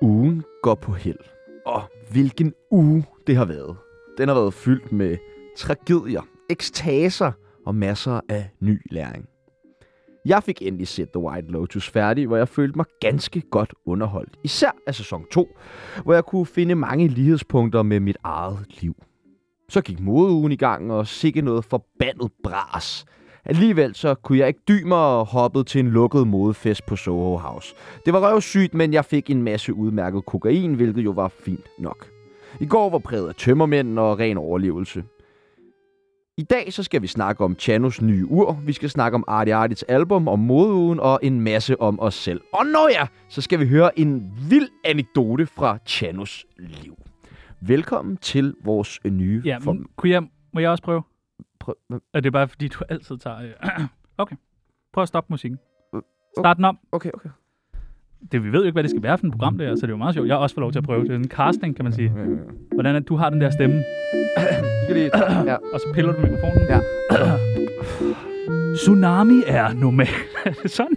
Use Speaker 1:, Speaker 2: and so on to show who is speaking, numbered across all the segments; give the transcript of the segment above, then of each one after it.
Speaker 1: Ugen går på held. Og hvilken uge det har været. Den har været fyldt med tragedier, ekstaser og masser af ny læring. Jeg fik endelig set The White Lotus færdig, hvor jeg følte mig ganske godt underholdt. Især af sæson 2, hvor jeg kunne finde mange lighedspunkter med mit eget liv. Så gik modeugen i gang, og sikke noget forbandet bras. Alligevel så kunne jeg ikke dy mig og hoppede til en lukket modefest på Soho House. Det var røvsygt, men jeg fik en masse udmærket kokain, hvilket jo var fint nok. I går var præget af tømmermænd og ren overlevelse. I dag så skal vi snakke om Chanos nye ur, vi skal snakke om Arti Artits album, om modeugen og en masse om os selv. Og når ja, så skal vi høre en vild anekdote fra Chanos liv. Velkommen til vores nye
Speaker 2: Ja,
Speaker 1: form.
Speaker 2: men, kunne jeg, må jeg også prøve?
Speaker 1: Prøv-
Speaker 2: Er det bare, fordi du altid tager... øh, okay. Prøv at stoppe musikken.
Speaker 1: Øh,
Speaker 2: Start den om.
Speaker 1: Okay, okay.
Speaker 2: Det, vi ved jo ikke, hvad det skal være for en program, det er, så det er jo meget sjovt. Jeg har også fået lov til at prøve det. Det er en casting, kan man sige.
Speaker 1: Ja, ja, ja.
Speaker 2: Hvordan at du har den der stemme,
Speaker 1: Skal lige... Ja.
Speaker 2: og så piller du mikrofonen.
Speaker 1: Ja.
Speaker 2: Tsunami er normalt. Er det sådan?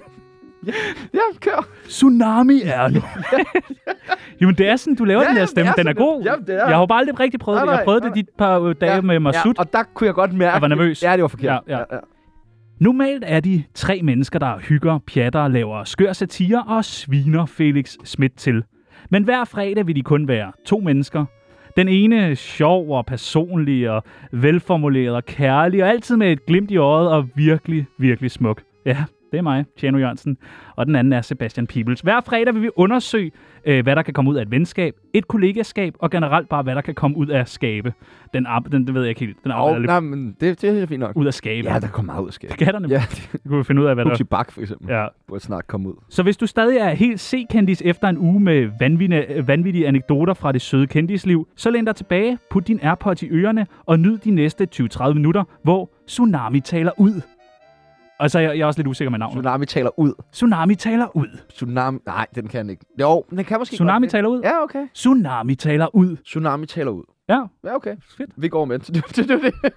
Speaker 1: Ja, kør.
Speaker 2: Tsunami er normalt. Jamen, det er sådan, du laver
Speaker 1: Ja,
Speaker 2: den
Speaker 1: jamen,
Speaker 2: der
Speaker 1: det
Speaker 2: stemme.
Speaker 1: er
Speaker 2: den er
Speaker 1: sådan, det-
Speaker 2: god.
Speaker 1: jamen, det er.
Speaker 2: Jeg har jo bare aldrig rigtig prøvet
Speaker 1: Nej,
Speaker 2: det. Jeg
Speaker 1: nej,
Speaker 2: prøvede det
Speaker 1: nej,
Speaker 2: de par øh, dage med Masud.
Speaker 1: Ja, og der kunne jeg godt mærke...
Speaker 2: Jeg var nervøs.
Speaker 1: Ja, det var forkert.
Speaker 2: Ja, ja.
Speaker 1: ja.
Speaker 2: Normalt er de tre mennesker, der hygger, pjatter, laver skør satire og sviner Felix Schmidt til. Men hver fredag vil de kun være to mennesker. Den ene sjov og personlig og velformuleret og kærlig og altid med et glimt i øjet og virkelig, virkelig smuk. Ja, det er mig, Tjano Jørgensen. Og den anden er Sebastian Pibels. Hver fredag vil vi undersøge, øh, hvad der kan komme ud af et venskab, et kollegaskab og generelt bare, hvad der kan komme ud af at skabe. Den, ar- den det ved jeg ikke helt. Den
Speaker 1: Og,
Speaker 2: arbejder lidt
Speaker 1: nej, men det, det er fint nok.
Speaker 2: ud af skabe.
Speaker 1: Ja, der kommer meget ud, skal
Speaker 2: Det kan der nemlig.
Speaker 1: Ja,
Speaker 2: Så kunne vi finde ud af, hvad der...
Speaker 1: Huxi Bak for eksempel. Ja.
Speaker 2: Ja.
Speaker 1: Burde snart komme ud.
Speaker 2: Så hvis du stadig er helt C-kendis efter en uge med vanvittige, vanvittige anekdoter fra det søde kendisliv, så læn dig tilbage, put din AirPods i ørerne og nyd de næste 20-30 minutter, hvor Tsunami taler ud. Og så er jeg, jeg er også lidt usikker med navnet.
Speaker 1: Tsunami taler ud.
Speaker 2: Tsunami taler ud.
Speaker 1: Tsunami... Nej, den kan den ikke. Jo, den kan måske
Speaker 2: Tsunami
Speaker 1: godt det.
Speaker 2: taler ud.
Speaker 1: Ja, okay.
Speaker 2: Tsunami taler ud.
Speaker 1: Tsunami taler ud.
Speaker 2: Ja,
Speaker 1: Ja, okay.
Speaker 2: fedt.
Speaker 1: Vi går med. Så det, det, det, det,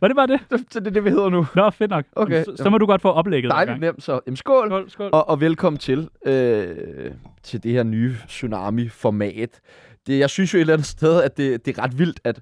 Speaker 2: Var det bare det?
Speaker 1: det, det, er det, vi hedder nu.
Speaker 2: Nå, fedt nok.
Speaker 1: Okay,
Speaker 2: Jamen, Så, så må du godt få oplægget.
Speaker 1: Dejligt
Speaker 2: dengang.
Speaker 1: nemt, så Jamen, skål.
Speaker 2: Skål, skål.
Speaker 1: Og, og velkommen til, øh, til det her nye Tsunami-format. Det, jeg synes jo et eller andet sted, at det, det er ret vildt, at,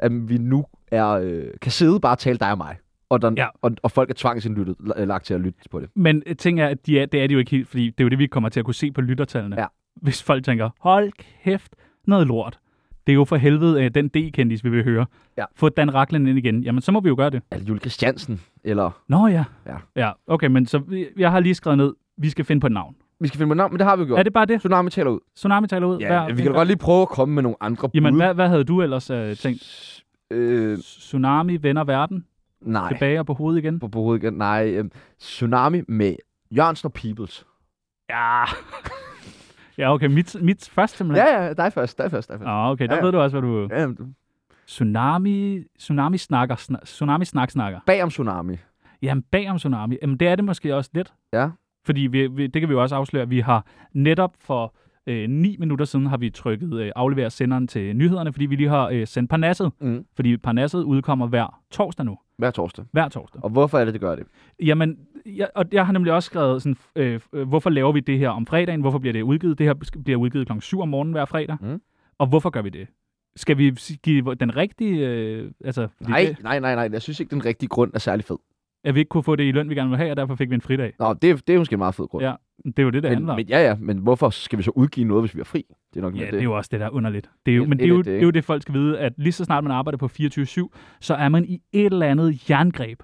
Speaker 1: at vi nu er, øh, kan sidde bare og tale dig og mig. Og, der, ja.
Speaker 2: Ja.
Speaker 1: og, og folk er tvangsindlyttet, la- lagt til at lytte på det.
Speaker 2: Men øh, ting er, at de er, det er de jo ikke helt, fordi det er jo det, vi kommer til at kunne se på lyttertallene.
Speaker 1: Ja.
Speaker 2: Hvis folk tænker, hold kæft, noget lort. Det er jo for helvede øh, den D-kendis, vi vil høre.
Speaker 1: Ja.
Speaker 2: Få Dan Raklen ind igen. Jamen, så må vi jo gøre det.
Speaker 1: Eller Jule Christiansen, eller...
Speaker 2: Nå ja.
Speaker 1: Ja.
Speaker 2: ja. Okay, men så vi- jeg har lige skrevet ned, vi skal finde på et navn.
Speaker 1: Vi skal finde på et navn, men det har vi jo gjort.
Speaker 2: Er det bare det?
Speaker 1: Tsunami taler ud.
Speaker 2: Tsunami taler ud?
Speaker 1: Ja, vi kan da godt lige prøve at komme med nogle andre bud.
Speaker 2: Jamen, hvad, hvad havde du ellers øh, tænkt?
Speaker 1: Øh,
Speaker 2: Tsunami vender verden
Speaker 1: nej.
Speaker 2: tilbage og på hovedet igen?
Speaker 1: På, på hovedet igen. Nej, øh, Tsunami med Jørgensen og Peoples.
Speaker 2: Ja. ja, okay. Mit, mit første, simpelthen.
Speaker 1: Ja, ja, dig først, dig først, dig først.
Speaker 2: Ah, okay, der
Speaker 1: Ja, ja.
Speaker 2: ved du også, hvad du...
Speaker 1: Ja. Jamen, du-
Speaker 2: Tsunami, tsunami snakker, sna, tsunami snak snakker.
Speaker 1: bag om Tsunami.
Speaker 2: Jamen bagom tsunami, jamen det er det måske også lidt.
Speaker 1: Ja.
Speaker 2: Fordi vi, vi, det kan vi jo også afsløre, at vi har netop for øh, 9 minutter siden har vi trykket øh, afleverer senderen til nyhederne, fordi vi lige har øh, sendt Parnasset.
Speaker 1: Mm.
Speaker 2: Fordi Parnasset udkommer hver torsdag nu.
Speaker 1: Hver torsdag.
Speaker 2: Hver torsdag.
Speaker 1: Og hvorfor er det, det gør det?
Speaker 2: Jamen, jeg, og jeg har nemlig også skrevet, sådan, øh, øh, hvorfor laver vi det her om fredagen? Hvorfor bliver det udgivet? Det her sk- bliver udgivet klokken 7 om morgenen hver fredag.
Speaker 1: Mm.
Speaker 2: Og hvorfor gør vi det? Skal vi s- give den rigtige... Øh, altså, fordi
Speaker 1: Nej,
Speaker 2: det-
Speaker 1: nej, nej, nej. Jeg synes ikke, den rigtige grund er særlig fed.
Speaker 2: at vi ikke kunne få det i løn, vi gerne ville have, og derfor fik vi en fridag.
Speaker 1: Nå, det, er- det er måske en meget fed grund.
Speaker 2: Ja, Det er jo det, der
Speaker 1: men,
Speaker 2: handler om.
Speaker 1: men, ja, ja, men hvorfor skal vi så udgive noget, hvis vi er fri? Det er nok
Speaker 2: Ja,
Speaker 1: mere
Speaker 2: det er jo også det, der er underligt. Det er jo,
Speaker 1: Det-
Speaker 2: men
Speaker 1: det
Speaker 2: det er
Speaker 1: er
Speaker 2: jo,
Speaker 1: det,
Speaker 2: det er
Speaker 1: ikke?
Speaker 2: jo det, folk skal vide, at lige så snart man arbejder på 24-7, så er man i et eller andet jerngreb.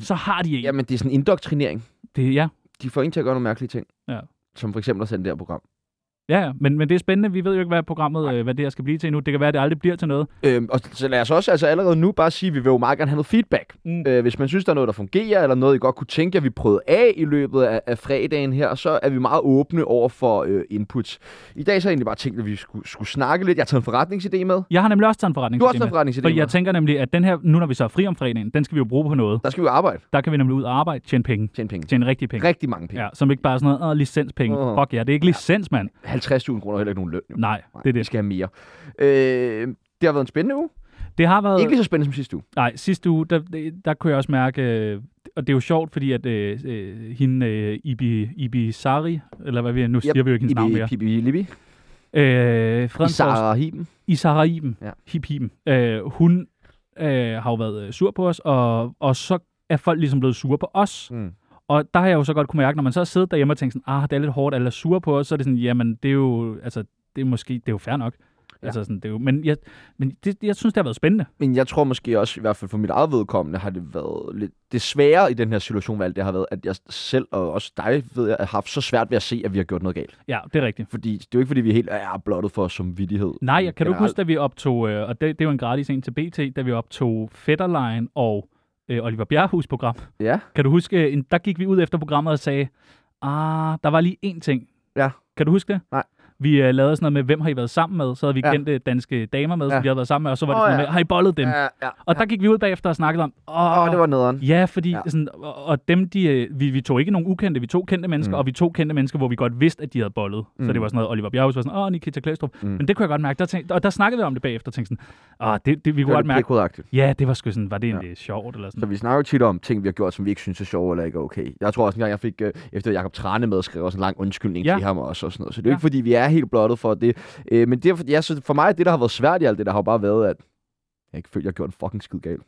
Speaker 2: Så har de en.
Speaker 1: Jamen, det er sådan en indoktrinering.
Speaker 2: Det, ja.
Speaker 1: De får en til at gøre nogle mærkelige ting.
Speaker 2: Ja.
Speaker 1: Som for eksempel at sende det her program.
Speaker 2: Ja, ja. Men, men det er spændende. Vi ved jo ikke, hvad programmet, øh, hvad det her skal blive til nu. Det kan være, at det aldrig bliver til noget.
Speaker 1: Øhm, og så lad os også altså allerede nu bare sige, at vi vil jo meget gerne have noget feedback.
Speaker 2: Mm.
Speaker 1: Øh, hvis man synes, der er noget, der fungerer, eller noget, I godt kunne tænke jer, vi prøvede af i løbet af, af fredagen her, så er vi meget åbne over for øh, inputs. I dag så har jeg egentlig bare tænkt, at vi skulle, skulle snakke lidt. Jeg har taget en forretningsidé med.
Speaker 2: Jeg har nemlig også taget en forretning.
Speaker 1: Du har også taget en forretningsidé
Speaker 2: For
Speaker 1: med.
Speaker 2: jeg tænker nemlig, at den her, nu når vi så er fri om fredagen, den skal vi jo bruge på noget.
Speaker 1: Der skal vi jo arbejde.
Speaker 2: Der kan vi nemlig ud og arbejde, tjene penge.
Speaker 1: Tjene penge.
Speaker 2: Tjene rigtige penge.
Speaker 1: Rigtig mange penge.
Speaker 2: Ja, som ikke bare er sådan noget, åh, licenspenge.
Speaker 1: Åh.
Speaker 2: Fuck ja, det er ikke licens, mand.
Speaker 1: 50.000 kroner er heller ikke nogen løn. Jo.
Speaker 2: Nej,
Speaker 1: Nej,
Speaker 2: det er
Speaker 1: Vi
Speaker 2: det.
Speaker 1: skal have mere. Øh, det har været en spændende uge.
Speaker 2: Det har været...
Speaker 1: Ikke lige så spændende som sidste uge.
Speaker 2: Nej, sidste uge, der, der kunne jeg også mærke, øh, og det er jo sjovt, fordi at øh, øh, hende, øh, Ibi, Ibi Sari, eller hvad vi nu siger yep. vi jo ikke hendes navn mere.
Speaker 1: Ibi, Libi,
Speaker 2: Øh, Fredensborg,
Speaker 1: Isara Hiben.
Speaker 2: Isara Iben,
Speaker 1: Ja.
Speaker 2: ja. Hip Hiben, øh, hun øh, har jo været øh, sur på os, og, og så er folk ligesom blevet sure på os.
Speaker 1: Mm.
Speaker 2: Og der har jeg jo så godt kunne mærke, når man så sidder derhjemme og tænker sådan, ah, det er lidt hårdt, alle er sure på os, så er det sådan, jamen, det er jo, altså, det er måske, det er jo fair nok.
Speaker 1: Ja.
Speaker 2: Ja. Altså sådan, det er jo, men jeg, men det, jeg synes, det har været spændende.
Speaker 1: Men jeg tror måske også, i hvert fald for mit eget vedkommende, har det været lidt det svære i den her situation, hvad alt det har været, at jeg selv og også dig ved jeg, har haft så svært ved at se, at vi har gjort noget galt.
Speaker 2: Ja, det er rigtigt.
Speaker 1: Fordi det er jo ikke, fordi vi helt er blottet for som vidtighed.
Speaker 2: Nej, jeg kan du ikke huske, da vi optog, øh, og det, det var en gratis en til BT, da vi optog Fetterlein og øh, Oliver Bjerrehus program.
Speaker 1: Ja.
Speaker 2: Kan du huske, øh, en, der gik vi ud efter programmet og sagde, ah, der var lige én ting.
Speaker 1: Ja.
Speaker 2: Kan du huske det?
Speaker 1: Nej.
Speaker 2: Vi øh, lavede sådan noget med, hvem har I været sammen med? Så havde vi
Speaker 1: Ja.
Speaker 2: ja. kendte danske damer med, som
Speaker 1: Ja.
Speaker 2: ja. vi havde været sammen med, og så var det
Speaker 1: Åh,
Speaker 2: sådan noget
Speaker 1: ja.
Speaker 2: med, har I bollet dem? Ja.
Speaker 1: Ja, ja.
Speaker 2: Og der gik vi ud bagefter og snakkede om, åh,
Speaker 1: Åh, det var nederen.
Speaker 2: Ja, fordi
Speaker 1: Ja.
Speaker 2: ja. Sådan, og, og dem, de, øh, vi, vi tog ikke nogen ukendte, vi tog kendte mennesker,
Speaker 1: Mm.
Speaker 2: mm. og vi tog kendte mennesker, hvor vi godt vidste, at de havde bollet. Mm.
Speaker 1: Mm.
Speaker 2: Så det var sådan noget, Oliver Bjerghus var sådan, åh, Nikita Klæstrup.
Speaker 1: Mm.
Speaker 2: Mm. Men det kunne jeg godt mærke. Der tænkte, og der snakkede vi om det bagefter, og tænkte sådan, åh, det, det, vi kunne
Speaker 1: Det
Speaker 2: godt
Speaker 1: var lidt
Speaker 2: mærke.
Speaker 1: pikodeagtigt.
Speaker 2: Ja, det var sgu sådan, var det egentlig ja. sjovt eller
Speaker 1: Så
Speaker 2: sådan.
Speaker 1: vi snakker jo tit om ting, vi har gjort, som vi ikke synes er sjove eller ikke er okay. Jeg tror også engang, jeg fik, øh, efter Jacob Trane med, skrev også en lang undskyldning ja.
Speaker 2: Ja.
Speaker 1: til ham også. Og sådan noget. Så det er jo
Speaker 2: Ja.
Speaker 1: ikke, fordi vi er helt blottet for det. Øh, men det, er for- ja, så for mig, det der har været svært i alt det, der har jo bare været, at jeg ikke føler, jeg har gjort en fucking skid galt.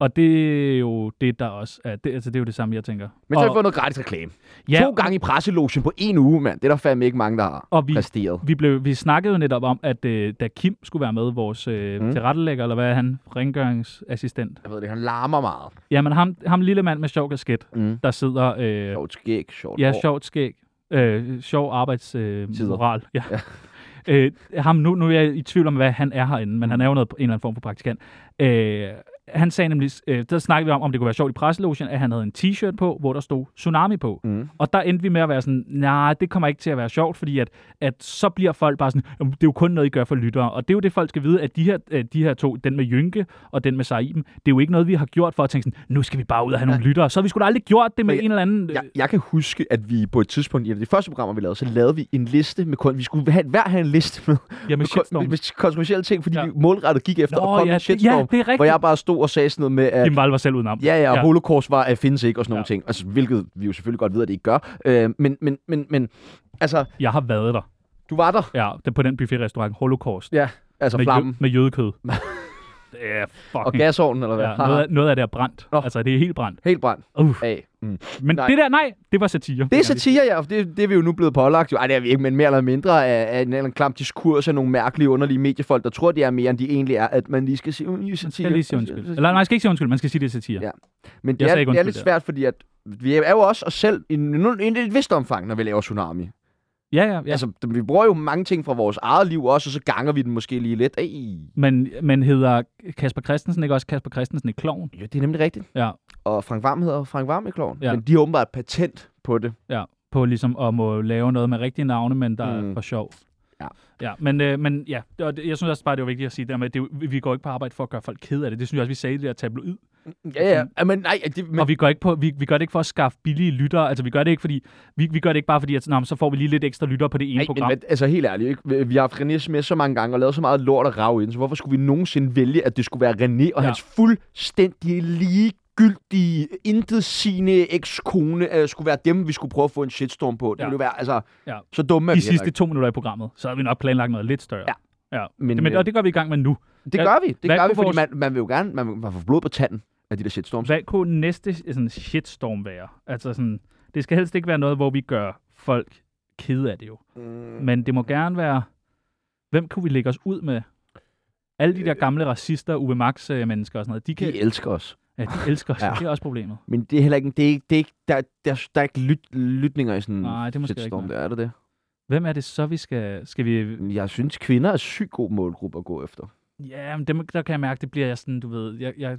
Speaker 2: Og det er jo det, der også er. Det, altså, det er jo det samme, jeg tænker.
Speaker 1: Men så har vi
Speaker 2: og,
Speaker 1: fået noget gratis reklame. Ja.
Speaker 2: ja,
Speaker 1: To gange i presselogen på en uge, mand. Det er der fandme ikke mange, der har
Speaker 2: og vi,
Speaker 1: præsteret.
Speaker 2: vi, blev, vi snakkede jo netop om, at øh, da Kim skulle være med, vores øh,
Speaker 1: Mm.
Speaker 2: mm. tilrettelægger, eller hvad er han, rengøringsassistent.
Speaker 1: Jeg ved det, ikke, han larmer meget.
Speaker 2: Jamen, ham, ham lille mand med sjov kasket,
Speaker 1: Mm.
Speaker 2: der sidder... Øh,
Speaker 1: Sjovt skæg, sjovt
Speaker 2: Ja,
Speaker 1: hår.
Speaker 2: sjovt skæg. Øh, sjov arbejdsmoral. Øh,
Speaker 1: Tider.
Speaker 2: moral, ja. ja. Øh, ham, nu, nu er jeg i tvivl om, hvad han er herinde, men han er jo noget, en eller anden form for praktikant. Øh, han sagde nemlig, øh, der snakkede vi om, om det kunne være sjovt i presselogen, at han havde en t-shirt på, hvor der stod tsunami på.
Speaker 1: Mm.
Speaker 2: Og der endte vi med at være sådan, nej, nah, det kommer ikke til at være sjovt, fordi at, at så bliver folk bare sådan, "Jamen, det er jo kun noget, I gør for lyttere. Og det er jo det, folk skal vide, at de her, øh, de her to, den med Jynke og den med Saiben, det er jo ikke noget, vi har gjort for at tænke sådan, nu skal vi bare ud og have nogle lyttere. Så har vi skulle aldrig gjort det med
Speaker 1: Men jeg-
Speaker 2: en eller anden... øh,
Speaker 1: Jeg, jeg kan huske, at vi på et tidspunkt i et af de første programmer, vi lavede, så lavede vi en liste med kun... Vi skulle have, hver have en liste med,
Speaker 2: ja, med
Speaker 1: kon-
Speaker 2: øh, shitstorm."
Speaker 1: med kontroversielle ting, fordi ja.
Speaker 2: Ja.
Speaker 1: vi målrettet gik efter
Speaker 2: Nå,
Speaker 1: og kom
Speaker 2: ja,
Speaker 1: med
Speaker 2: det-
Speaker 1: shitstorm,
Speaker 2: ja, det er rigtigt.
Speaker 1: hvor jeg bare stod og sagde sådan noget med, at
Speaker 2: Kim Wall var selv udenom.
Speaker 1: ja, ja, ja.
Speaker 2: Ja.
Speaker 1: holocaust var, at findes ikke og sådan nogle
Speaker 2: Ja.
Speaker 1: ting, altså, hvilket vi jo selvfølgelig godt ved, at det ikke gør. Øh, men, men, men, men altså,
Speaker 2: Jeg har været der.
Speaker 1: du var der.
Speaker 2: Ja, det er på den buffetrestaurant Holocaust.
Speaker 1: Ja, altså
Speaker 2: med,
Speaker 1: flammen
Speaker 2: jø- med jødekød. det er
Speaker 1: og
Speaker 2: fucking...
Speaker 1: gasovnen, eller hvad?
Speaker 2: ja, noget, af, noget af det er brændt.
Speaker 1: Nå.
Speaker 2: Altså, det er helt brændt.
Speaker 1: Helt brændt
Speaker 2: Uh,
Speaker 1: af. Mm.
Speaker 2: men
Speaker 1: nej.
Speaker 2: nej. det der, nej, det var satire.
Speaker 1: Det er satire, ja, for det, det er vi jo nu blevet pålagt. Jo. Ej, det er vi ikke, men mere eller mindre af, af en eller anden klam diskurs af nogle mærkelige, underlige mediefolk, der tror, det er mere, end de egentlig er, at man lige skal sige, "Mm, I er
Speaker 2: Man
Speaker 1: satire.
Speaker 2: skal lige sige undskyld. Eller nej, man skal ikke sige undskyld, man skal sige, det er satire.
Speaker 1: Ja. Men det
Speaker 2: Jeg
Speaker 1: er,
Speaker 2: sagde ikke
Speaker 1: det er lidt
Speaker 2: undskyld
Speaker 1: svært, fordi at vi er jo også os selv i, nu- i et vist omfang, når vi laver Tsunami.
Speaker 2: Ja, ja,
Speaker 1: Ja.
Speaker 2: ja. Altså,
Speaker 1: Altså, vi bruger jo mange ting fra vores eget liv også, og så ganger vi den måske lige lidt. Ej.
Speaker 2: men, men hedder Kasper Christensen ikke også Kasper Christensen i Kloven?
Speaker 1: Jo, det er nemlig rigtigt.
Speaker 2: Ja.
Speaker 1: Og Frank Varm hedder Frank Varm i kloven. Ja.
Speaker 2: Ja.
Speaker 1: Men de har åbenbart patent på det.
Speaker 2: Ja, på ligesom at må lave noget med rigtige navne, men der
Speaker 1: Mm.
Speaker 2: er for sjov.
Speaker 1: Ja.
Speaker 2: Ja, men, øh, men ja, det- og det, jeg synes også bare, det var vigtigt at sige der med, at det, er jo- vi går ikke på arbejde for at gøre folk ked af det. Det synes jeg også, vi sagde i det der tabloid.
Speaker 1: Ja, ja. ja men nej, det, men,
Speaker 2: Men... Og vi gør, ikke på, vi, vi gør det ikke for at skaffe billige lyttere. Altså, vi gør det ikke, fordi, vi, vi gør det ikke bare fordi, at nå, men så får vi lige lidt ekstra lyttere på det ene
Speaker 1: nej,
Speaker 2: Ej,
Speaker 1: men
Speaker 2: program. Men,
Speaker 1: hvad- altså helt ærligt, ikke? vi har haft René med så mange gange og lavet så meget lort og rav ind, så hvorfor skulle vi nogensinde vælge, at det skulle være René og ja.
Speaker 2: Ja.
Speaker 1: hans fuldstændig ligegyldige, intetsigende ekskone øh, skulle være dem, vi skulle prøve at få en shitstorm på. Det ja.
Speaker 2: Ja.
Speaker 1: ville jo være, altså,
Speaker 2: Ja.
Speaker 1: så dumme er
Speaker 2: de
Speaker 1: vi heller
Speaker 2: sidste to minutter i programmet, så har vi nok planlagt noget lidt større.
Speaker 1: Ja.
Speaker 2: ja.
Speaker 1: Men,
Speaker 2: Men, men,
Speaker 1: øh,
Speaker 2: og det gør vi i gang med nu.
Speaker 1: Det
Speaker 2: Hvad-
Speaker 1: gør vi. Det
Speaker 2: hvad
Speaker 1: gør vi,
Speaker 2: kunne
Speaker 1: fordi
Speaker 2: vores-
Speaker 1: man, man vil jo gerne man, vil- man får blod på tanden af de der shitstorms.
Speaker 2: Hvad kunne næste sådan, shitstorm være? Altså, sådan, det skal helst ikke være noget, hvor vi gør folk kede af det jo.
Speaker 1: Mm,
Speaker 2: Men det må gerne være, hvem kunne vi lægge os ud med? Alle
Speaker 1: Øh,
Speaker 2: de der gamle racister, Uwe Max-mennesker og sådan noget, de, kan,
Speaker 1: de elsker os.
Speaker 2: ja, de elsker os.
Speaker 1: Ja. Mm.
Speaker 2: Ja. Det er også problemet.
Speaker 1: Men det er heller ikke... Det er ikke, det er ikke der, der, der er ikke lyt, lytninger i sådan
Speaker 2: Nej, det er
Speaker 1: en
Speaker 2: måske
Speaker 1: shitstorm.
Speaker 2: ikke.
Speaker 1: Der Mm. er det det.
Speaker 2: Hvem er det så, vi skal... Skal vi
Speaker 1: Jeg synes, kvinder er sygt god målgruppe at gå efter.
Speaker 2: Ja, men dem, der kan jeg mærke, det bliver jeg sådan, du ved, jeg, jeg,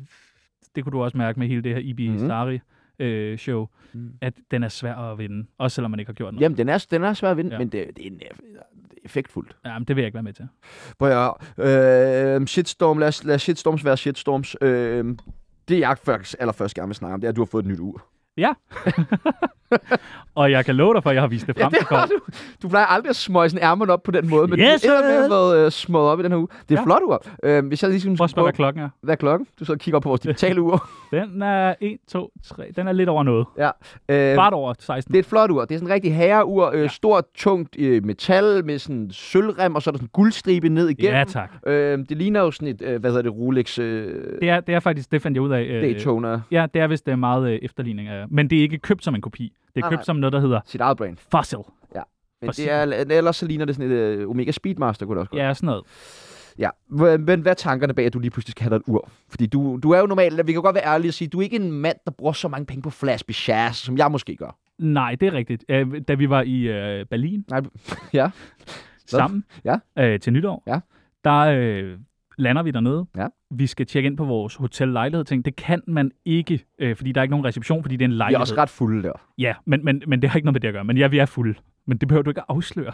Speaker 2: det kunne du også mærke med hele det her Ibi
Speaker 1: Mhm.
Speaker 2: mm-hmm. Sari øh, show,
Speaker 1: Mm.
Speaker 2: mm. at den er svær at vinde, også selvom man ikke har gjort noget.
Speaker 1: Jamen, den er, den er svær at vinde, ja.
Speaker 2: Ja.
Speaker 1: men det, det, er, det er effektfuldt.
Speaker 2: Ja, men det vil jeg ikke være med til.
Speaker 1: Prøv at høre, øh, shitstorm, lad, os, lad os shitstorms være shitstorms. Øhm, Øh, det jeg faktisk allerførst gerne vil snakke om, det er, at du har fået et nyt ur.
Speaker 2: Ja. Og jeg kan love dig for, at jeg har vist det
Speaker 1: Ja,
Speaker 2: frem
Speaker 1: det
Speaker 2: til
Speaker 1: har
Speaker 2: folk.
Speaker 1: du. Du plejer aldrig at smøje sådan ærmerne op på den måde, men
Speaker 2: Yes,
Speaker 1: du er med at
Speaker 2: sir.
Speaker 1: været øh, smøget op i den her uge. Det er
Speaker 2: Ja.
Speaker 1: flot ur. Øh, hvis jeg lige skulle
Speaker 2: Prøv at spørge,
Speaker 1: prøve-
Speaker 2: hvad klokken er.
Speaker 1: hvad er klokken? Du sidder og kigger op på vores digitale ur.
Speaker 2: Den er 1, 2, 3. Den er lidt over noget.
Speaker 1: ja. øh,
Speaker 2: Kvart over 16.
Speaker 1: det er et flot ur. Det er sådan en rigtig herreur. Øh, Stort, tungt øh, metal med sådan sølvrem, og så er der sådan en guldstribe ned igennem.
Speaker 2: Ja, tak.
Speaker 1: Øh, det ligner jo sådan et, øh, hvad hedder det, Rolex øh,
Speaker 2: Det er, det er faktisk, det fandt jeg ud af. øh,
Speaker 1: Daytona.
Speaker 2: Ja, det er vist det er meget øh, efterligning af. Men det er ikke købt som en kopi. Det er
Speaker 1: Nej, Ah,
Speaker 2: købt
Speaker 1: nej.
Speaker 2: som noget, der hedder
Speaker 1: Sit eget brand.
Speaker 2: Fossil.
Speaker 1: Men
Speaker 2: Præcis.
Speaker 1: det er, ellers så ligner det sådan et øh, Omega Speedmaster, kunne det også godt.
Speaker 2: Ja, sådan noget.
Speaker 1: Ja, Hva- men hvad er tankerne bag, at du lige pludselig skal have dig et ur? Fordi du, du er jo normalt, vi kan godt være ærlige og sige, du er ikke en mand, der bruger så mange penge på flash bechas, som jeg måske gør.
Speaker 2: Nej, det er rigtigt. Øh, da vi var i øh, Berlin
Speaker 1: Nej, ja.
Speaker 2: sammen
Speaker 1: Ja.
Speaker 2: øh, til nytår,
Speaker 1: Ja.
Speaker 2: der øh, lander vi dernede.
Speaker 1: Ja.
Speaker 2: Vi skal tjekke ind på vores hotellejlighed. Tænkte, det kan man ikke, øh, fordi der er ikke nogen reception, fordi det er en
Speaker 1: Vi er
Speaker 2: lejlighed.
Speaker 1: også ret fulde der.
Speaker 2: Ja, men, men, men det har ikke noget med det at gøre. Men ja, vi er fulde. Men det behøver du ikke at afsløre.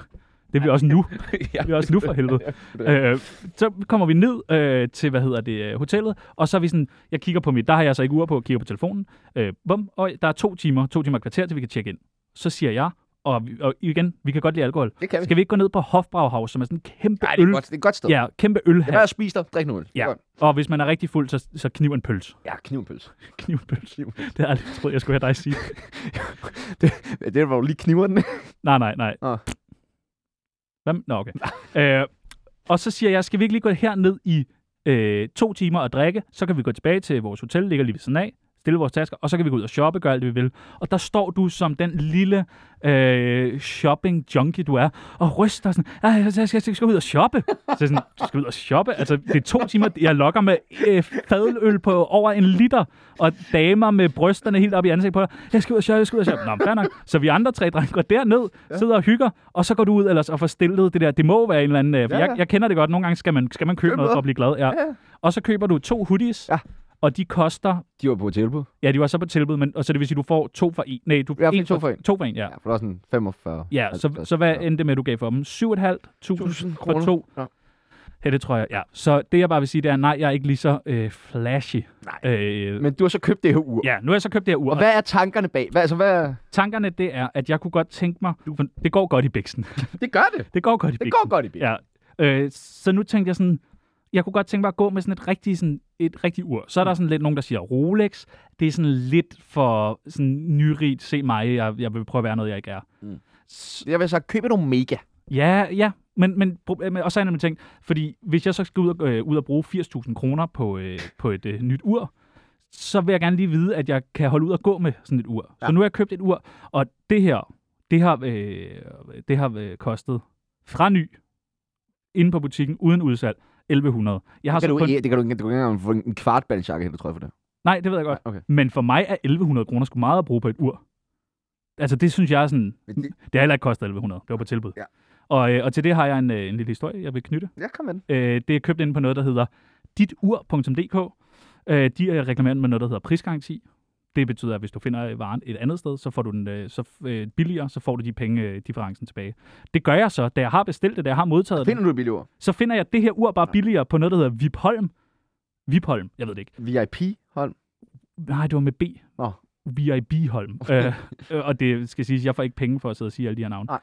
Speaker 2: Det er vi også nu.
Speaker 1: ja.
Speaker 2: Vi er også nu for helvede. øh, så kommer vi ned øh, til, hvad hedder det, øh, hotellet, og så er vi sådan, jeg kigger på mit, der har jeg så ikke ur på, kigger på telefonen, øh, bum, og der er to timer, to timer og et kvarter, til vi kan tjekke ind. Så siger jeg, og, vi- og igen, vi kan godt lide alkohol.
Speaker 1: Det kan vi.
Speaker 2: Skal vi ikke gå ned på Hofbrauhaus, som er sådan en kæmpe
Speaker 1: Nej, det er,
Speaker 2: øl?
Speaker 1: godt, det er et godt sted.
Speaker 2: Ja, kæmpe
Speaker 1: Jeg bare
Speaker 2: ølhal.
Speaker 1: spiser dig, drik nu øl.
Speaker 2: Ja,
Speaker 1: Godt.
Speaker 2: og hvis man er rigtig fuld, så, så kniv en pølse.
Speaker 1: ja kniv en pølse.
Speaker 2: Kniv en pølse.
Speaker 1: Kniv en
Speaker 2: Det har jeg aldrig troet, jeg skulle have dig sige.
Speaker 1: Ja, Det var jo lige kniver den.
Speaker 2: Nej, nej, nej.
Speaker 1: Nå.
Speaker 2: Hvad? Nå, okay. øh, og så siger jeg, skal vi ikke lige gå herned i øh, to timer og drikke? Så kan vi gå tilbage til vores hotel, ligger lige ved siden af, stille vores tasker, og så kan vi gå ud og shoppe, gøre alt det, vi vil. Og der står du som den lille øh, shopping junkie, du er, og ryster sådan, "Ej, jeg skal, jeg skal, jeg skal ud og shoppe. Så jeg sådan, du skal ud og shoppe? Altså, det er to timer, jeg lokker med øh, fadøløl på over en liter, og damer med brysterne helt op i ansigtet på dig. Jeg skal ud og shoppe, jeg skal ud og shoppe. Nå, men fair nok. Så vi andre tre drenge går derned, sidder og hygger, og så går du ud ellers og får stillet det der. Det må være en eller anden... Øh, for
Speaker 1: Ja,
Speaker 2: ja,
Speaker 1: ja.
Speaker 2: Jeg, jeg kender det godt. Nogle gange skal man, skal man købe
Speaker 1: Køb
Speaker 2: noget for
Speaker 1: noget.
Speaker 2: at blive glad. Ja.
Speaker 1: Ja.
Speaker 2: Og så køber du to hoodies,
Speaker 1: Ja.
Speaker 2: og de koster...
Speaker 1: De var på tilbud.
Speaker 2: Ja, de var så på tilbud, men, og så det vil sige, du får to for en. Nej, du
Speaker 1: Jeg fik
Speaker 2: en
Speaker 1: to for en.
Speaker 2: To for en, ja.
Speaker 1: Ja, for der var sådan 45.
Speaker 2: Ja, så, så hvad endte det med, du gav for dem? 7.500
Speaker 1: Tusind
Speaker 2: for
Speaker 1: kroner.
Speaker 2: to?
Speaker 1: Ja.
Speaker 2: Ja, det tror jeg, ja. Så det, jeg bare vil sige, det er, nej, jeg er ikke lige så øh, flashy.
Speaker 1: Nej.
Speaker 2: Øh,
Speaker 1: Men du har så købt det her ur.
Speaker 2: ja, nu har jeg så købt det her ur,
Speaker 1: Og
Speaker 2: og
Speaker 1: hvad er tankerne bag? Hvad, altså, hvad...
Speaker 2: tankerne, det er, at jeg kunne godt tænke mig... For det går godt i bæksen.
Speaker 1: Det gør det.
Speaker 2: det går godt i bæksen.
Speaker 1: Det går godt i bil.
Speaker 2: Ja. Øh, så nu tænkte jeg sådan, jeg kunne godt tænke mig at gå med sådan et rigtigt, sådan et rigtigt ur. Så er der sådan lidt nogen, der siger Rolex. Det er sådan lidt for sådan nyrigt, se mig, jeg, jeg vil prøve at være noget, jeg ikke er.
Speaker 1: Mm.
Speaker 2: S-
Speaker 1: Jeg vil så købe nogle mega.
Speaker 2: ja, ja. Men, men, pro- øh, men og så er jeg nemlig tænkt, fordi hvis jeg så skal ud og, øh, ud og bruge 80.000 kroner på, øh, på et øh, nyt ur, så vil jeg gerne lige vide, at jeg kan holde ud og gå med sådan et ur. Ja.
Speaker 1: Ja.
Speaker 2: Så nu har jeg købt et ur, og det her, det har, øh, det har øh, kostet fra ny, inde på butikken, uden udsalg, 1100. Jeg har
Speaker 1: Det kan,
Speaker 2: så
Speaker 1: du,
Speaker 2: kun...
Speaker 1: ikke- det kan du, ikke- du kan ikke engang få en kvart bandjakke hen, tror jeg, for det.
Speaker 2: Nej, det ved jeg godt.
Speaker 1: Nej, okay.
Speaker 2: Men for mig er 1100 kroner sgu meget at bruge på et ur. Altså, det synes jeg er sådan...
Speaker 1: Men
Speaker 2: Det
Speaker 1: det-
Speaker 2: har heller ikke kostet 1100. Det var på tilbud.
Speaker 1: Ja.
Speaker 2: Og, øh, og til det har jeg en, øh, en lille historie, jeg vil knytte.
Speaker 1: Ja, kom med den.
Speaker 2: Øh, det er købt inde på noget, der hedder ditur.dk. Øh, de øh, reklamerer med noget, der hedder prisgaranti. Det betyder, at hvis du finder øh, varen et andet sted, så får du den øh, så, øh, billigere, så får du de penge, øh, differencen tilbage. Det gør jeg så, da jeg har bestilt det, da jeg har modtaget det,
Speaker 1: Finder du et billigt ur?
Speaker 2: så finder jeg det her ur bare billigere på noget, der hedder Vipholm. Vipholm, jeg ved det ikke.
Speaker 1: VIP, Holm.
Speaker 2: Nej, det var med B.
Speaker 1: Nå.
Speaker 2: VIB-Holm. øh, øh, og det skal siges, jeg får ikke penge for at sidde og sige alle de her navne.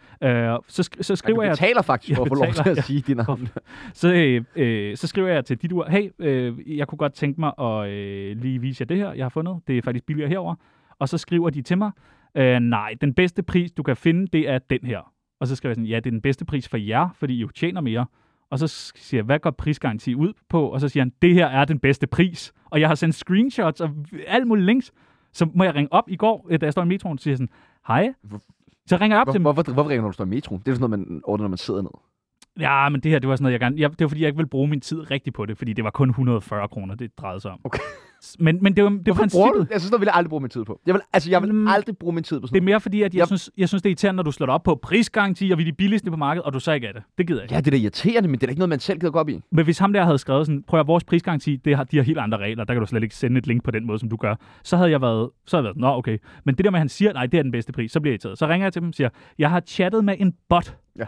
Speaker 2: Øh, så, sk- så
Speaker 1: Ej, du
Speaker 2: skriver jeg
Speaker 1: betaler faktisk
Speaker 2: Jeg
Speaker 1: for at få lov
Speaker 2: betaler,
Speaker 1: til at
Speaker 2: ja.
Speaker 1: sige din navn.
Speaker 2: så, øh, øh, så skriver jeg til dit ur, hey, øh, jeg kunne godt tænke mig at øh, lige vise jer det her, jeg har fundet. Det er faktisk billigere herover. Og så skriver de til mig, øh, nej, den bedste pris, du kan finde, det er den her. Og så skriver jeg sådan, ja, det er den bedste pris for jer, fordi I jo tjener mere. Og så siger jeg, hvad går prisgaranti ud på? Og så siger han, det her er den bedste pris. Og jeg har sendt screenshots og alt muligt links. Så må jeg ringe op i går, øh, da jeg står i metroen, så siger jeg sådan, hej. Så ringer jeg op
Speaker 1: Hvor,
Speaker 2: til dem.
Speaker 1: hvorfor, hvorfor ringer du, når du står i metro? Det er sådan noget, man ordner, når man sidder ned.
Speaker 2: Ja, men det her, det var sådan noget, jeg gerne... Jeg, det var, fordi jeg ikke ville bruge min tid rigtigt på det, fordi det var kun 140 kroner, det drejede sig om.
Speaker 1: Okay.
Speaker 2: S- Men, men det var, det var
Speaker 1: Hvorfor bruger du
Speaker 2: princippet.
Speaker 1: det? Jeg synes, der ville jeg aldrig bruge min tid på. Jeg vil, altså, jeg vil
Speaker 2: Mm.
Speaker 1: aldrig bruge min tid på sådan
Speaker 2: Det er
Speaker 1: noget.
Speaker 2: mere fordi, at jeg,
Speaker 1: Jeg-
Speaker 2: synes, jeg synes, det er irriterende, når du slår dig op på prisgaranti, og vi er de billigste på markedet, og du så ikke er det. Det gider jeg ikke.
Speaker 1: Ja, det er da irriterende, men det er da ikke noget, man selv gider gå op i.
Speaker 2: Men hvis ham der havde skrevet sådan, prøv at høre, vores prisgaranti, det har, de har helt andre regler, der kan du slet ikke sende et link på den måde, som du gør, så havde jeg været, så havde jeg været, nå okay. Men det der med, at han siger, nej, det er den bedste pris, så bliver jeg irriteret. Så ringer jeg til dem og siger, jeg har chattet med en bot,
Speaker 1: Ja.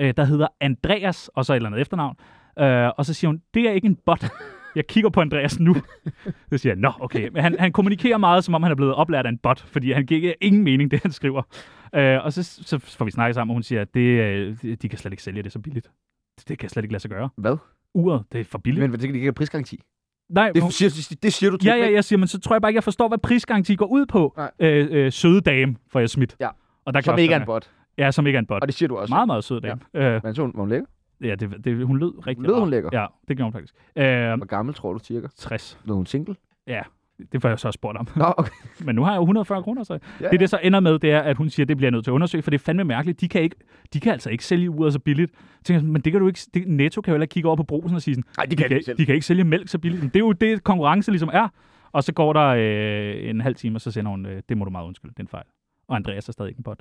Speaker 2: øh, der hedder Andreas, og så et eller andet efternavn. Øh, og så siger hun, det er ikke en bot. Jeg kigger på Andreas nu. Så siger jeg, nå, okay. Men han, han kommunikerer meget, som om han er blevet oplært af en bot, fordi han giver ingen mening, det han skriver. Øh, og så, så får vi snakket sammen, og hun siger, at det, øh, de kan slet ikke sælge det så billigt. Det, det kan jeg slet ikke lade sig gøre.
Speaker 1: Hvad?
Speaker 2: Uret, det er for billigt.
Speaker 1: Men det kan ikke have prisgaranti.
Speaker 2: Nej, hun-
Speaker 1: Det siger, det, det siger du til
Speaker 2: Ja,
Speaker 1: mig.
Speaker 2: ja, jeg siger, men så tror jeg bare ikke, jeg forstår, hvad prisgaranti går ud på.
Speaker 1: Nej.
Speaker 2: Øh, øh, søde dame, får jeg smidt.
Speaker 1: Ja.
Speaker 2: Og der kan
Speaker 1: Som
Speaker 2: også
Speaker 1: ikke er en
Speaker 2: godt
Speaker 1: bot.
Speaker 2: være- Ja, som ikke er en bot.
Speaker 1: Og det siger du også.
Speaker 2: Meget, meget sød dame. Ja, øh,
Speaker 1: Men så var hun lækker.
Speaker 2: ja det, det, hun lød rigtig
Speaker 1: Lød hun
Speaker 2: rart.
Speaker 1: lækker?
Speaker 2: Ja, det gjorde hun faktisk. Øh,
Speaker 1: Hvor gammel tror du cirka?
Speaker 2: 60.
Speaker 1: Blev hun single?
Speaker 2: Det får jeg så også spurgt om.
Speaker 1: Nå, okay.
Speaker 2: Men nu har jeg jo 140 kroner, så
Speaker 1: Ja,
Speaker 2: det, det så ender med, det er, at hun siger, at det bliver jeg nødt til at undersøge, for det er fandme mærkeligt. De kan, ikke, de kan altså ikke sælge uret så billigt. Jeg tænker, sådan, men det kan du ikke, det, Netto kan jo heller ikke kigge over på brosen og sige, sådan,
Speaker 1: Nej, det
Speaker 2: de,
Speaker 1: kan jeg
Speaker 2: kan,
Speaker 1: ikke selv.
Speaker 2: de kan ikke sælge mælk så billigt. Men det er jo det, konkurrence ligesom er. Og så går der øh, en halv time, og så sender hun, øh, det må du meget undskylde, det er en fejl. Og Andreas er stadig ikke en bot.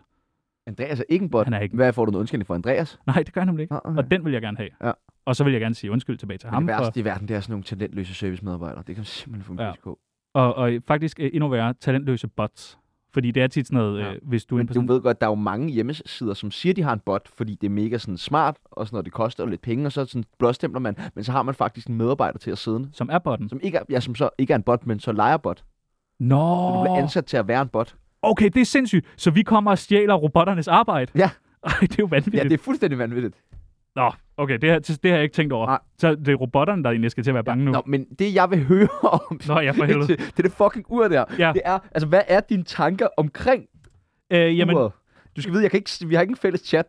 Speaker 1: Andreas er ikke en bot.
Speaker 2: Han er ikke.
Speaker 1: Hvad får du en undskyldning for Andreas?
Speaker 2: Nej, det gør han nemlig ikke.
Speaker 1: Nå, okay.
Speaker 2: Og den vil jeg gerne have.
Speaker 1: Ja.
Speaker 2: Og så vil jeg gerne sige undskyld tilbage til ham.
Speaker 1: det
Speaker 2: For,
Speaker 1: værste i verden, det er sådan nogle talentløse servicemedarbejdere. Det kan man simpelthen få en
Speaker 2: Ja.
Speaker 1: ja. på.
Speaker 2: og, og faktisk øh, endnu værre, talentløse bots. Fordi det er tit sådan noget,
Speaker 1: Ja.
Speaker 2: øh, hvis du er
Speaker 1: Men
Speaker 2: en person...
Speaker 1: du ved godt, der er jo mange hjemmesider, som siger, de har en bot, fordi det er mega sådan smart, og sådan noget, det koster jo lidt penge, og så sådan blåstempler man, men så har man faktisk en medarbejder til at sidde,
Speaker 2: Som er botten.
Speaker 1: som, ikke er, ja, som så ikke er en bot, men så leger bot.
Speaker 2: Nå!
Speaker 1: Så du bliver ansat til at være en bot.
Speaker 2: Okay, det er sindssygt. Så vi kommer og stjæler robotternes arbejde?
Speaker 1: Ja.
Speaker 2: Ej, det er jo
Speaker 1: Ja,
Speaker 2: vanvittigt.
Speaker 1: det er fuldstændig vanvittigt.
Speaker 2: Nå, okay, det, her, det, det har jeg ikke tænkt over.
Speaker 1: Nej.
Speaker 2: Så det er robotterne, der egentlig skal til at være bange nu.
Speaker 1: Nå, men det jeg vil høre om,
Speaker 2: Nå, ja, for helvede.
Speaker 1: det, det er det fucking ur der.
Speaker 2: Ja.
Speaker 1: Det er, altså, hvad er dine tanker omkring
Speaker 2: Øh, jamen,
Speaker 1: uret? Du skal vide, jeg kan ikke, vi har ikke en fælles chat,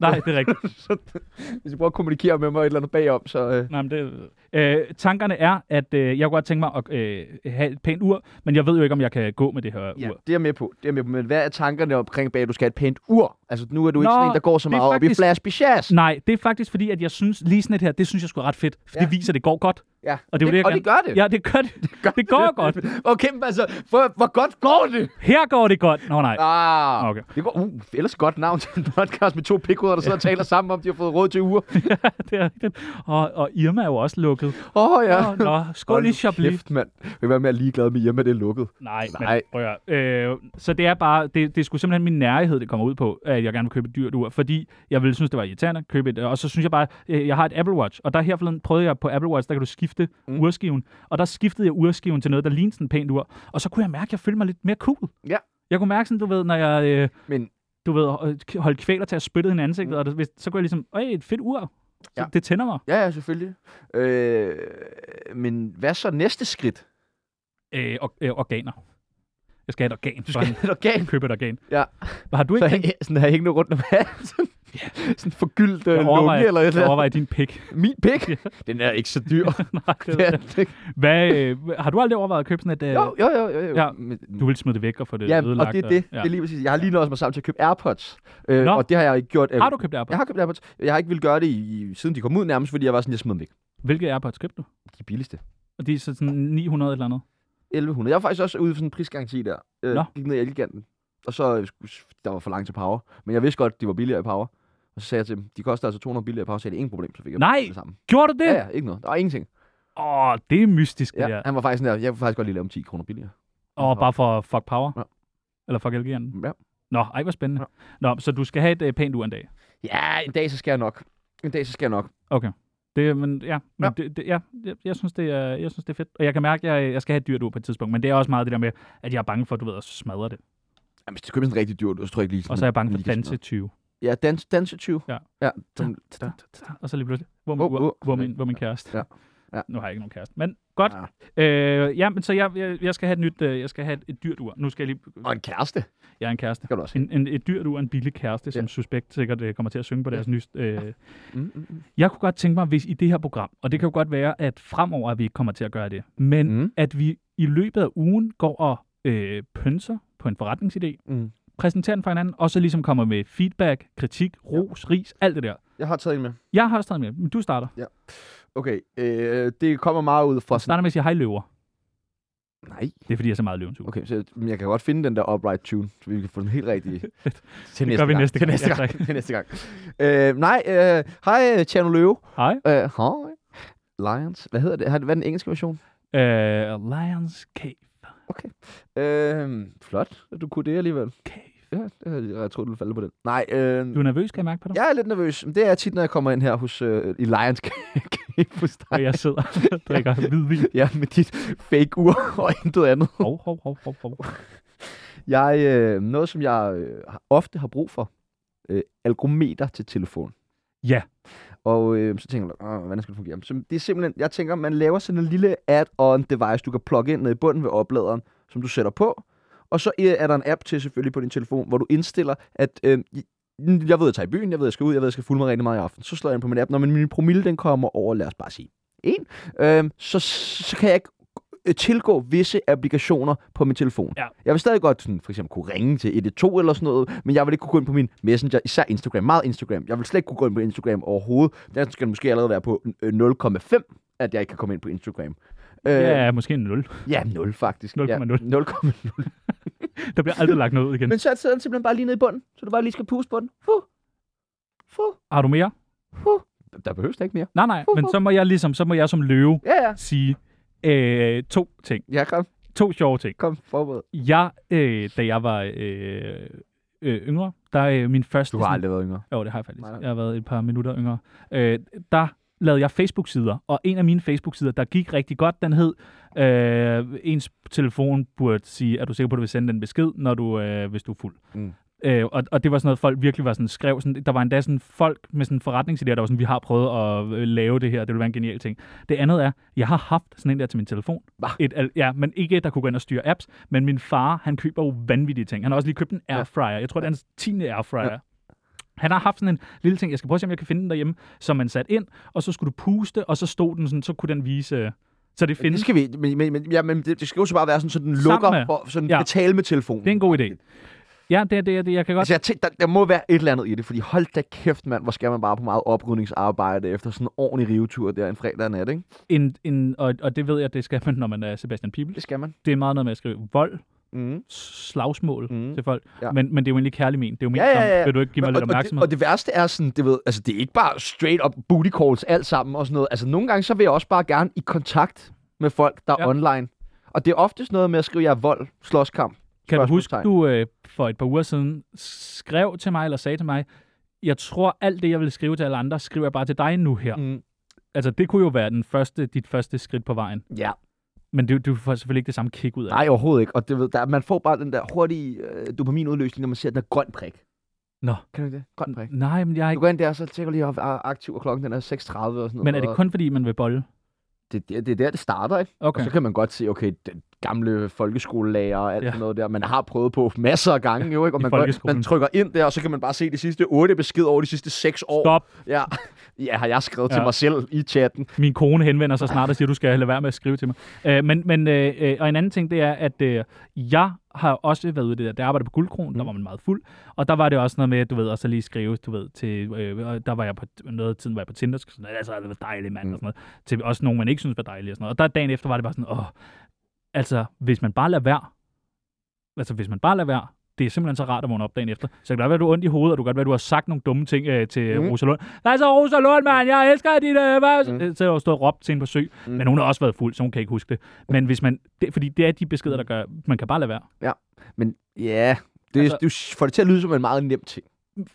Speaker 2: nej, det er rigtigt.
Speaker 1: så hvis du prøver at kommunikere med mig et eller andet bagom, så... Øh,
Speaker 2: Nej, men det, øh, tankerne er, at øh, jeg kunne godt tænke mig at øh, have et pænt ur, men jeg ved jo ikke, om jeg kan gå med det her
Speaker 1: Ja,
Speaker 2: ur.
Speaker 1: det er jeg med på. Det er jeg med på. Men hvad er tankerne omkring bag, at du skal have et pænt ur? Altså, nu er du ikke
Speaker 2: Nå,
Speaker 1: sådan en, der går så
Speaker 2: det er
Speaker 1: meget op i
Speaker 2: faktisk-
Speaker 1: flash bichas.
Speaker 2: Nej, det er faktisk fordi, at jeg synes, lige sådan et her, det synes jeg sgu er ret fedt. For ja.
Speaker 1: Ja.
Speaker 2: det viser, at det går godt.
Speaker 1: Ja,
Speaker 2: Og det er jo det, jeg
Speaker 1: og
Speaker 2: gerne-
Speaker 1: det gør det.
Speaker 2: Ja, det gør det. Det går godt.
Speaker 1: Okay, men altså, hvor, hvor godt går det?
Speaker 2: Her går det godt. Nå nej.
Speaker 1: Ah,
Speaker 2: Okay.
Speaker 1: det går, uh, ellers godt navn til en podcast med to pikhoveder, der sidder og taler sammen om, de har fået råd til uger.
Speaker 2: det er rigtigt. Og, og Irma er jo også lukket.
Speaker 1: Åh, oh, ja.
Speaker 2: Nå, nå skål i Chablis.
Speaker 1: Kæft, mand. Vil være mere ligeglad med hjemme, det er lukket.
Speaker 2: Nej, men
Speaker 1: Nej.
Speaker 2: prøv at høre. øh, Så det er bare, det, det er sgu simpelthen min nærighed, det kommer ud på, at jeg gerne vil købe et dyrt ur, fordi jeg ville synes, det var irriterende at købe et, og så synes jeg bare, øh, jeg har et Apple Watch, og der her forleden prøvede jeg på Apple Watch, der kan du skifte mm. urskiven, og der skiftede jeg urskiven til noget, der lignede sådan et pænt ur, og så kunne jeg mærke, at jeg følte mig lidt mere cool.
Speaker 1: Ja.
Speaker 2: Jeg kunne mærke sådan, du ved, når jeg, øh,
Speaker 1: Men
Speaker 2: du ved, øh, k- holdt kvæler til at spytte hende i ansigtet, mm. og det, hvis- så kunne jeg ligesom, øj, et fedt ur. Ja.
Speaker 1: Ja.
Speaker 2: Så det tænder mig.
Speaker 1: ja, ja, selvfølgelig. Øh, men hvad så næste skridt?
Speaker 2: Øh, og, øh, organer. Jeg skal have et organ.
Speaker 1: Du skal
Speaker 2: for
Speaker 1: have et organ.
Speaker 2: at købe et organ.
Speaker 1: Ja.
Speaker 2: Har du ikke
Speaker 1: Så hæng, sådan her hængende rundt om halsen. sådan forgyldt øh,
Speaker 2: Jeg
Speaker 1: lunge eller et
Speaker 2: overvejer,
Speaker 1: eller
Speaker 2: jeg
Speaker 1: andet.
Speaker 2: overvejer din pik.
Speaker 1: Min pik? Den er ikke så dyr.
Speaker 2: Nej, det
Speaker 1: ja,
Speaker 2: er det.
Speaker 1: det,
Speaker 2: Hvad, øh, har du aldrig overvejet at købe sådan et... Øh,
Speaker 1: jo, jo, jo, jo. jo.
Speaker 2: Ja,
Speaker 1: Men-
Speaker 2: du vil smide det væk og få det
Speaker 1: ja,
Speaker 2: ødelagt. øh,
Speaker 1: og det er det.
Speaker 2: Ja.
Speaker 1: det er lige præcis. Jeg har lige nået mig sammen til at købe AirPods. Øh,
Speaker 2: Nå.
Speaker 1: og det har jeg ikke gjort. Øh,
Speaker 2: Har du købt Airpods?
Speaker 1: Jeg har købt AirPods. Jeg har ikke ville gøre det, i, i- siden de kom ud nærmest, fordi jeg var sådan, jeg smed dem væk.
Speaker 2: Hvilke Airpods købte du?
Speaker 1: De billigste.
Speaker 2: Og de er så sådan 900 eller andet.
Speaker 1: 1100. Jeg var faktisk også ude for sådan en prisgaranti der. Øh,
Speaker 2: Nå.
Speaker 1: gik ned i Elgiganten. Og så, øh, skulle- der var for langt til Power. Men jeg vidste godt, de var billigere i Power. Og så sagde jeg til dem, de koster altså 200 billigere i Power, så det er ingen problem, så fik jeg
Speaker 2: Nej!
Speaker 1: det samme.
Speaker 2: Gjorde du det?
Speaker 1: Ja,
Speaker 2: Åh, ja.
Speaker 1: ja, ikke noget. Der var ingenting.
Speaker 2: oh, det er mystisk,
Speaker 1: Ja,
Speaker 2: det der.
Speaker 1: Han var faktisk sådan der, jeg kunne faktisk godt lige lave dem 10 kroner billigere.
Speaker 2: Åh, oh, bare for fuck power.
Speaker 1: Ja.
Speaker 2: Eller fuck LG'en.
Speaker 1: Ja.
Speaker 2: Nå, ej, hvor spændende. Nå, så du skal have et øh, pænt ur en dag.
Speaker 1: Ja, en dag så skal jeg nok. En dag så skal jeg nok.
Speaker 2: Okay. Det, men ja, men
Speaker 1: Ja.
Speaker 2: Det, det, ja jeg, jeg, synes, det er, jeg synes, det er fedt. Og jeg kan mærke, at jeg, jeg skal have et dyrt ur på et tidspunkt. Men det er også meget det der med, at jeg er bange for, du ved, at smadre det.
Speaker 1: Ja, hvis du køber sådan en rigtig dyr, så tror jeg ikke lige...
Speaker 2: Og så er jeg bange for
Speaker 1: lige kan
Speaker 2: danse 20.
Speaker 1: sådan- Ja, dans, danse 20.
Speaker 2: Ja.
Speaker 1: ja som,
Speaker 2: Ta- ta- ta- Og så lige pludselig, hvor er min,
Speaker 1: Wow, wow.
Speaker 2: hvor, hvor er min, hvor er min kæreste?
Speaker 1: Ja. Ja.
Speaker 2: Nu har jeg ikke nogen kæreste, men godt. Ja, øh, ja men så jeg, jeg, jeg skal have et nyt, øh, jeg skal have et, et dyrt ur. Nu skal jeg lige,
Speaker 1: og en kæreste,
Speaker 2: jeg er en kæreste.
Speaker 1: kan du også have.
Speaker 2: En, en, et dyrt ur, en billig kæreste, som
Speaker 1: Ja.
Speaker 2: suspekt sikkert øh, kommer til at synge på deres ja. nye... Øh.
Speaker 1: Mm, mm, mm.
Speaker 2: Jeg kunne godt tænke mig, hvis i det her program, og det kan jo godt være, at fremover at vi ikke kommer til at gøre det, men
Speaker 1: Mm.
Speaker 2: at vi i løbet af ugen går og øh, pønser på en forretningsidé,
Speaker 1: Mm.
Speaker 2: præsenterer den for hinanden, og så ligesom kommer med feedback, kritik, ros, ris, alt det der.
Speaker 1: Jeg har taget en med.
Speaker 2: Jeg har også taget med, men du starter.
Speaker 1: Okay, øh, det kommer meget ud fra...
Speaker 2: Jeg starter med at sige hej løver.
Speaker 1: Nej.
Speaker 2: Det er fordi, jeg er så meget løvens uge.
Speaker 1: Okay, så men jeg kan godt finde den der upright tune, så vi kan få den helt rigtig til næste
Speaker 2: gør vi
Speaker 1: gang.
Speaker 2: næste
Speaker 1: Til
Speaker 2: gang.
Speaker 1: næste
Speaker 2: Ja,
Speaker 1: gang.
Speaker 2: tak.
Speaker 1: til næste gang. Øh, nej, øh, hej, øh, Tjerno Løve.
Speaker 2: Hej.
Speaker 1: Øh, hej. Lions. Hvad hedder det? Har- Hvad er den engelske version?
Speaker 2: Uh, Lions Cave.
Speaker 1: Øh, flot, at du kunne det alligevel.
Speaker 2: Cave.
Speaker 1: Ja, øh, jeg tror, du ville falde på den. Nej, øh,
Speaker 2: Du er nervøs, kan jeg mærke på dig?
Speaker 1: Jeg er lidt nervøs. Men Det er jeg tit, når jeg kommer ind her hos, øh, i Lions leverpostej.
Speaker 2: og jeg sidder og drikker hvidvin.
Speaker 1: Ja, med dit fake ur og intet andet.
Speaker 2: Hov, hov, hov, hov, hov.
Speaker 1: Jeg, øh, noget, som jeg øh, har- ofte har brug for, øh, algometer til telefon.
Speaker 2: Ja.
Speaker 1: Og øh, så tænker man, "Åh, hvordan skal det fungere? Så det er simpelthen, jeg tænker, man laver sådan en lille add-on device, du kan plugge ind ned i bunden ved opladeren, som du sætter på. Og så øh, er der en app til selvfølgelig på din telefon, hvor du indstiller, at øh, jeg ved, at jeg tager i byen, jeg ved, at jeg skal ud, jeg ved, at jeg skal fulde mig rigtig meget i aften. Så slår jeg ind på min app, når min- min promille den kommer over, lad os bare sige en, øh, så, så kan jeg ikke øh, tilgå visse applikationer på min telefon.
Speaker 2: Ja.
Speaker 1: Jeg vil stadig godt sådan, for eksempel kunne ringe til 112 eller sådan noget, men jeg vil ikke kunne gå ind på min messenger, især Instagram, meget Instagram. Jeg vil slet ikke kunne gå ind på Instagram overhovedet. Der skal den måske allerede være på øh, 0,5, at jeg ikke kan komme ind på Instagram. Øh,
Speaker 2: Ja, måske en 0.
Speaker 1: ja, 0 faktisk.
Speaker 2: 0,0.
Speaker 1: Ja, 0,0.
Speaker 2: Der bliver aldrig lagt noget ud igen.
Speaker 1: Men så sidder den simpelthen bare lige nede i bunden, så du bare lige skal puste på den. Fuh. Fuh.
Speaker 2: Har du mere?
Speaker 1: Fuh. Der behøves da ikke mere.
Speaker 2: Nej, nej, men så må jeg ligesom, så må jeg som løve
Speaker 1: Ja, ja.
Speaker 2: sige øh, to ting.
Speaker 1: Ja, kom.
Speaker 2: To sjove ting.
Speaker 1: Kom, forbered.
Speaker 2: Jeg, øh, da jeg var øh, øh, yngre, der øh, min første...
Speaker 1: Du har aldrig været yngre.
Speaker 2: Jo, det har jeg faktisk.
Speaker 1: Nej.
Speaker 2: Jeg har været et par minutter yngre. Øh, der lavede jeg Facebook-sider, og en af mine Facebook-sider, der gik rigtig godt, den hed, øh, ens telefon burde sige, er du sikker på, at du vil sende den besked, når du, øh, hvis du er fuld.
Speaker 1: Mm.
Speaker 2: Øh, og, og det var sådan noget, folk virkelig var sådan, skrev sådan, der var endda sådan folk med sådan forretningsidéer, der var sådan, vi har prøvet at øh, lave det her, det ville være en genial ting. Det andet er, jeg har haft sådan en der til min telefon.
Speaker 1: Hva?
Speaker 2: Et, al- ja, men ikke, der kunne gå ind og styre apps, men min far, han køber jo vanvittige ting. Han har også lige købt en airfryer. Jeg tror, det er hans 10. airfryer.
Speaker 1: Ja.
Speaker 2: Han har haft sådan en lille ting, jeg skal prøve at se, om jeg kan finde den derhjemme, som man satte ind, og så skulle du puste, og så stod den sådan, så kunne den vise... øh, Så det
Speaker 1: Det
Speaker 2: findes.
Speaker 1: skal vi, men, men, men, ja, men det, det skal jo så bare være sådan, så den
Speaker 2: Sammen
Speaker 1: lukker
Speaker 2: med-
Speaker 1: for, så den
Speaker 2: ja.
Speaker 1: ja. kan tale med telefonen.
Speaker 2: Det er en god idé. Ja, det er det, er det. Jeg kan godt...
Speaker 1: Altså, jeg tænkte, der, der må være et eller andet i det, fordi hold da kæft, mand, hvor skal man bare på meget oprydningsarbejde efter sådan en ordentlig rivetur der en fredag nat, ikke?
Speaker 2: En, en, og, og det ved jeg, det skal man, når man er Sebastian Pibel.
Speaker 1: Det skal man.
Speaker 2: Det er meget noget med at skrive vold,
Speaker 1: Mm.
Speaker 2: slagsmål mm.
Speaker 1: Mm.
Speaker 2: til folk. Ja.
Speaker 1: Ja.
Speaker 2: Men, men det er jo egentlig kærlig men. Det er jo ment
Speaker 1: Ja, ja, ja,
Speaker 2: som,
Speaker 1: ja.
Speaker 2: vil du ikke give mig
Speaker 1: og,
Speaker 2: lidt
Speaker 1: og, det,
Speaker 2: opmærksomhed?
Speaker 1: og det værste er sådan, det, ved, altså, det er ikke bare straight up booty calls alt sammen og sådan noget. Altså, nogle gange, så vil jeg også bare gerne i kontakt med folk, der
Speaker 2: Ja.
Speaker 1: er online. Og det er oftest noget med at skrive, jeg er vold, slåskamp.
Speaker 2: Kan du huske,
Speaker 1: Spørgsmålstegn.
Speaker 2: du øh, for et par uger siden skrev til mig, eller sagde til mig, jeg tror, alt det, jeg ville skrive til alle andre, skriver jeg bare til dig nu her. Mm.
Speaker 1: Mm.
Speaker 2: Altså, det kunne jo være den første, dit første skridt på vejen.
Speaker 1: Ja.
Speaker 2: Men du, du får selvfølgelig ikke det samme kick ud af det.
Speaker 1: Nej, overhovedet ikke. Og det, ved, der, man får bare den der hurtige øh, dopaminudløsning, når man ser den der grøn prik.
Speaker 2: Nå.
Speaker 1: Kan du det? Grøn prik.
Speaker 2: Nej, men jeg er
Speaker 1: Du
Speaker 2: ikke...
Speaker 1: går ind der, så tjekker lige, om jeg er aktiv, og klokken den er 6.30 og sådan noget.
Speaker 2: Men er det
Speaker 1: og
Speaker 2: kun, fordi man vil bolle?
Speaker 1: Det, det, det er der, det starter, ikke? Okay.
Speaker 2: Okay.
Speaker 1: Og så kan man godt se, okay, den gamle folkeskolelærer og alt
Speaker 2: Ja.
Speaker 1: ja. sådan noget der, man har prøvet på masser af gange, jo, ikke? Og
Speaker 2: I
Speaker 1: man, går,
Speaker 2: folkeskolen.
Speaker 1: man trykker ind der, og så kan man bare se de sidste otte beskeder over de sidste seks år.
Speaker 2: Stop.
Speaker 1: Ja, ja, har jeg skrevet ja.
Speaker 2: Ja.
Speaker 1: til mig selv i chatten.
Speaker 2: min kone henvender sig snart og siger, du skal lade være med at skrive til mig. Øh, men, men øh, øh, og en anden ting, det er, at øh, jeg har også været ude i det der, der arbejdede på Guldkron, mm. der var man meget fuld, og der var det også noget med, du ved, og så lige skrive, du ved, til, øh, og der var jeg på, noget af tiden var jeg på Tinder, så sådan, noget, altså, det var dejligt, mand,
Speaker 1: Mm.
Speaker 2: mm. og sådan noget, til også nogen, man ikke synes var dejlige, og sådan noget. Og der dagen efter var det bare sådan, åh, altså, hvis man bare lader være, altså, hvis man bare lader være, det er simpelthen så rart at vågne op dagen efter. Så det kan godt være, du er ondt i hovedet, og du kan godt være, du har sagt nogle dumme ting øh, til mm.
Speaker 1: Mhm.
Speaker 2: Rosa Lund. Nej, så Rosa Lund, mand, jeg elsker dit... Øh, hvad?
Speaker 1: Mhm.
Speaker 2: Mm. Så har jeg jo stået og råbt til hende på sø, mm.
Speaker 1: Mhm.
Speaker 2: men hun har også været fuld, så hun kan ikke huske det. Men hvis man... Det, fordi det er de beskeder,
Speaker 1: Mm.
Speaker 2: der gør... Man kan bare lade være.
Speaker 1: Men ja, det,
Speaker 2: Altså-
Speaker 1: altså, du får det til at lyde som en meget nem ting.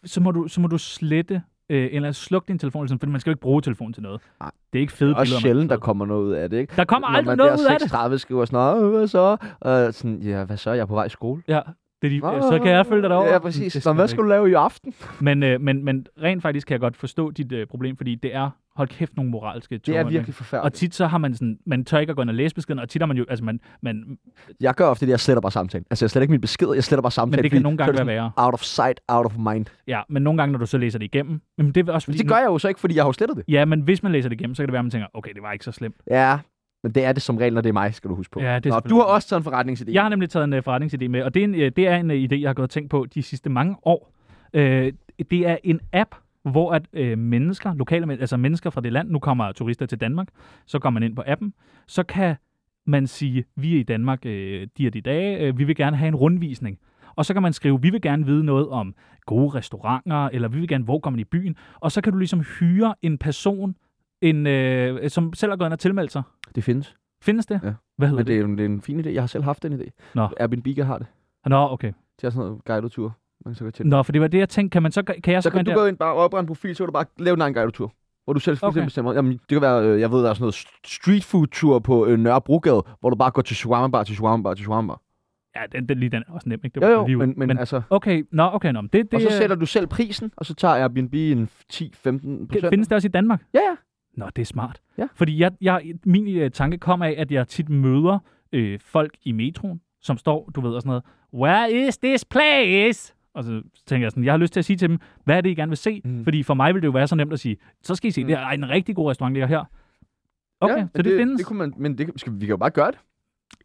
Speaker 2: Så må du, så må du slette øh, eller slukke din telefon, ligesom, fordi man skal jo ikke bruge telefonen til noget.
Speaker 1: Nej.
Speaker 2: Det er ikke fede
Speaker 1: Og
Speaker 2: billeder, man
Speaker 1: sjældent,
Speaker 2: har
Speaker 1: der kommer noget ud af det, ikke?
Speaker 2: taget. Der kommer aldrig
Speaker 1: Når
Speaker 2: noget
Speaker 1: man
Speaker 2: ud af det.
Speaker 1: der 6.30 skriver sådan, "Åh, hvad så? Og sådan, ja, hvad så? Jeg er på vej i skole.
Speaker 2: Ja, det er de, så kan jeg følge dig derover.
Speaker 1: Ja, præcis.
Speaker 2: skal
Speaker 1: Nå,
Speaker 2: du
Speaker 1: hvad skal du lave i aften?
Speaker 2: ikke. Men, øh, men, men rent faktisk kan jeg godt forstå dit øh, problem, fordi det er, hold kæft, nogle moralske
Speaker 1: Det er
Speaker 2: tungere,
Speaker 1: virkelig
Speaker 2: Og
Speaker 1: forfærdeligt.
Speaker 2: tit så har man sådan, man tør ikke at gå ind og læse beskeden, og tit har man jo, altså man, man
Speaker 1: Jeg gør ofte det, jeg sletter bare samtalen. Altså, jeg sletter ikke min besked, jeg sletter bare samtalen.
Speaker 2: men det kan
Speaker 1: fordi
Speaker 2: nogle
Speaker 1: så er
Speaker 2: gange
Speaker 1: det
Speaker 2: være
Speaker 1: sådan,
Speaker 2: værre.
Speaker 1: Out of sight, out of mind.
Speaker 2: Ja, men nogle gange, når du så læser det igennem, jamen det er også
Speaker 1: Men
Speaker 2: fordi...
Speaker 1: det gør jeg jo så ikke, fordi jeg har jo slettet det.
Speaker 2: Ja, men hvis man læser det igennem, så kan det være, at man tænker, okay, det var ikke så slemt.
Speaker 1: Ja, men det er det som regel, når det er mig, skal du huske på.
Speaker 2: Ja, det er
Speaker 1: Nå,
Speaker 2: selvfølgelig
Speaker 1: du har
Speaker 2: rigtigt.
Speaker 1: også taget en forretningsidé.
Speaker 2: Jeg har nemlig taget en uh, forretningsidé med, og det er en, uh, det er en uh, idé, jeg har gået og tænkt på de sidste mange år. Uh, det er en app, hvor at øh, mennesker, lokale men- altså mennesker fra det land, nu kommer turister til Danmark, så kommer man ind på appen, så kan man sige, vi er i Danmark øh, de og de dage, øh, vi vil gerne have en rundvisning. Og så kan man skrive, vi vil gerne vide noget om gode restauranter, eller vi vil gerne, hvor kommer man i byen. Og så kan du ligesom hyre en person, en, øh, som selv har gået ind og tilmeldt sig.
Speaker 1: Det findes.
Speaker 2: Findes det?
Speaker 1: Ja.
Speaker 2: Hvad hedder
Speaker 1: Men
Speaker 2: det?
Speaker 1: det er, en, det er en fin idé. Jeg har selv haft den idé.
Speaker 2: Nå.
Speaker 1: Airbnb har det.
Speaker 2: det? Nå, okay.
Speaker 1: De har sådan noget guided tour. Man kan så gå til.
Speaker 2: Nå, for det var det, jeg tænkte. Kan, man så, kan jeg så,
Speaker 1: Så
Speaker 2: gå
Speaker 1: kan
Speaker 2: ind
Speaker 1: du
Speaker 2: der?
Speaker 1: gå ind bare og oprette en profil, så kan du bare lave en egen guided tour. hvor du selv
Speaker 2: Okay.
Speaker 1: okay. bestemmer. Jamen, det kan være, øh, jeg ved, der er sådan noget st- street food tour på øh, Nørrebrogade, hvor du bare går til shawarma bar, til shawarma bar, til shawarma bar.
Speaker 2: Ja, den, den, lige den er også nem, ikke? Det
Speaker 1: Jo,
Speaker 2: var
Speaker 1: jo,
Speaker 2: lige ud.
Speaker 1: men, men, men altså...
Speaker 2: Okay, nå, okay, nå. men Det, det,
Speaker 1: Det, og så
Speaker 2: er-
Speaker 1: sætter du selv prisen, og så tager Airbnb en 10-15
Speaker 2: det,
Speaker 1: procent.
Speaker 2: findes det også i Danmark?
Speaker 1: Ja, ja.
Speaker 2: Nå, det er smart.
Speaker 1: Ja.
Speaker 2: Fordi jeg, jeg, min øh, tanke kom af, at jeg tit møder øh, folk i metroen, som står, du ved, og sådan noget, Where is this place? Og så tænker jeg sådan, jeg har lyst til at sige til dem, hvad er det, I gerne vil se? Mm.
Speaker 1: Mm.
Speaker 2: Fordi for mig ville det jo være så nemt at sige, så skal I se, mm.
Speaker 1: Mm.
Speaker 2: det er en rigtig god restaurant, ligger her. Okay,
Speaker 1: ja,
Speaker 2: ja, så
Speaker 1: men
Speaker 2: det, det findes.
Speaker 1: Det
Speaker 2: kunne...
Speaker 1: kunne man, men det, skal, vi kan jo bare gøre det.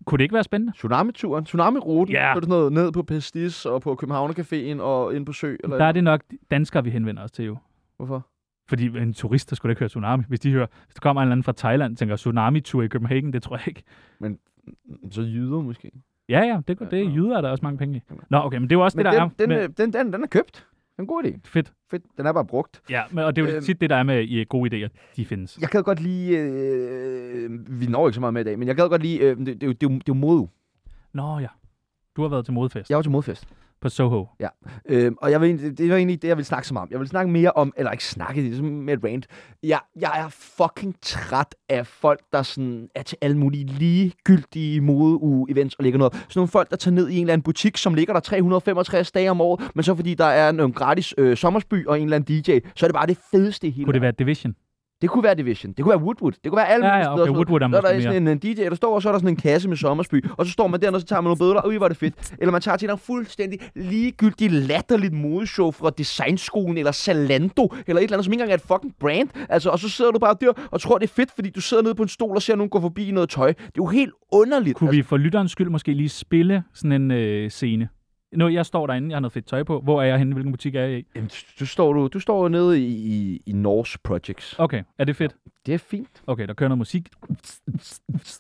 Speaker 2: kunne det ikke være spændende?
Speaker 1: Tsunami-turen, tsunami-ruten,
Speaker 2: Ja.
Speaker 1: yeah. så er det sådan noget ned på Pestis og på Københavnercaféen og ind på Sø. Eller
Speaker 2: Der er det nok danskere, vi henvender os til jo.
Speaker 1: Hvorfor?
Speaker 2: Fordi en turist, der skulle da ikke høre tsunami. Hvis de hører, hvis der kommer en eller anden fra Thailand, og tænker tsunami-tur i Copenhagen, det tror jeg ikke.
Speaker 1: Så jyder måske.
Speaker 2: Ja, ja, det, det,
Speaker 1: Ja,
Speaker 2: det
Speaker 1: ja.
Speaker 2: jyder er der også mange penge i.
Speaker 1: Jamen.
Speaker 2: Nå, okay, men det er jo også
Speaker 1: Men
Speaker 2: det,
Speaker 1: den,
Speaker 2: der er.
Speaker 1: den,
Speaker 2: med,
Speaker 1: øh, den, den, den er købt. Det er en god idé.
Speaker 2: Fedt.
Speaker 1: Fedt. Den er bare brugt.
Speaker 2: Ja, men, og det er jo
Speaker 1: Øhm.
Speaker 2: tit det, der er med i øh, gode idéer, de findes.
Speaker 1: Jeg gad godt lige... Øh, vi når ikke så meget med i dag, men jeg gad godt lige... Øh, det, det, er jo- det, er jo- det er jo mode.
Speaker 2: Nå ja, du har været til modefest ja.
Speaker 1: Jeg var til modfest.
Speaker 2: på Soho.
Speaker 1: Øh, og jeg vil, egentlig- det var egentlig det, jeg ville snakke så meget om. Jeg vil snakke mere om... Eller ikke snakke, det er sådan med et rant. Jeg, jeg er fucking træt af folk, der sådan er til alle mulige ligegyldige modeuge-events og ligger noget. Sådan nogle folk, der tager ned i en eller anden butik, som ligger der 365 dage om året, men så fordi der er en, en gratis øh, sommersby og en eller anden DJ, så er det bare det fedeste i hele
Speaker 2: Kunne det være Division?
Speaker 1: Det kunne være Division. Det kunne være Woodwood. Det kunne være alle
Speaker 2: Ja,
Speaker 1: mulige
Speaker 2: ja,
Speaker 1: steder.
Speaker 2: okay, Woodwood er
Speaker 1: så er der
Speaker 2: måske
Speaker 1: sådan en, en DJ, der står, og så er der sådan en kasse med sommersby. Og så står man der, og så tager man nogle billeder. Ui, hvor er det fedt. Eller man tager til en fuldstændig ligegyldig latterligt modeshow fra designskolen, eller Zalando, eller et eller andet, som ikke engang er et fucking brand. Altså, og så sidder du bare der og tror, det er fedt, fordi du sidder nede på en stol og ser nogen gå forbi i noget tøj. Det er jo helt underligt.
Speaker 2: Kunne vi for lytterens skyld måske lige spille sådan en øh, scene? Nu, jeg står derinde, jeg har noget fedt tøj på. Hvor er jeg henne? Hvilken butik er jeg i?
Speaker 1: Altså, jamen, du- du, står, du, du står jo nede i, i, i Norse Projects.
Speaker 2: Okay, er det fedt?
Speaker 1: Det er fint.
Speaker 2: Okay, der kører noget musik.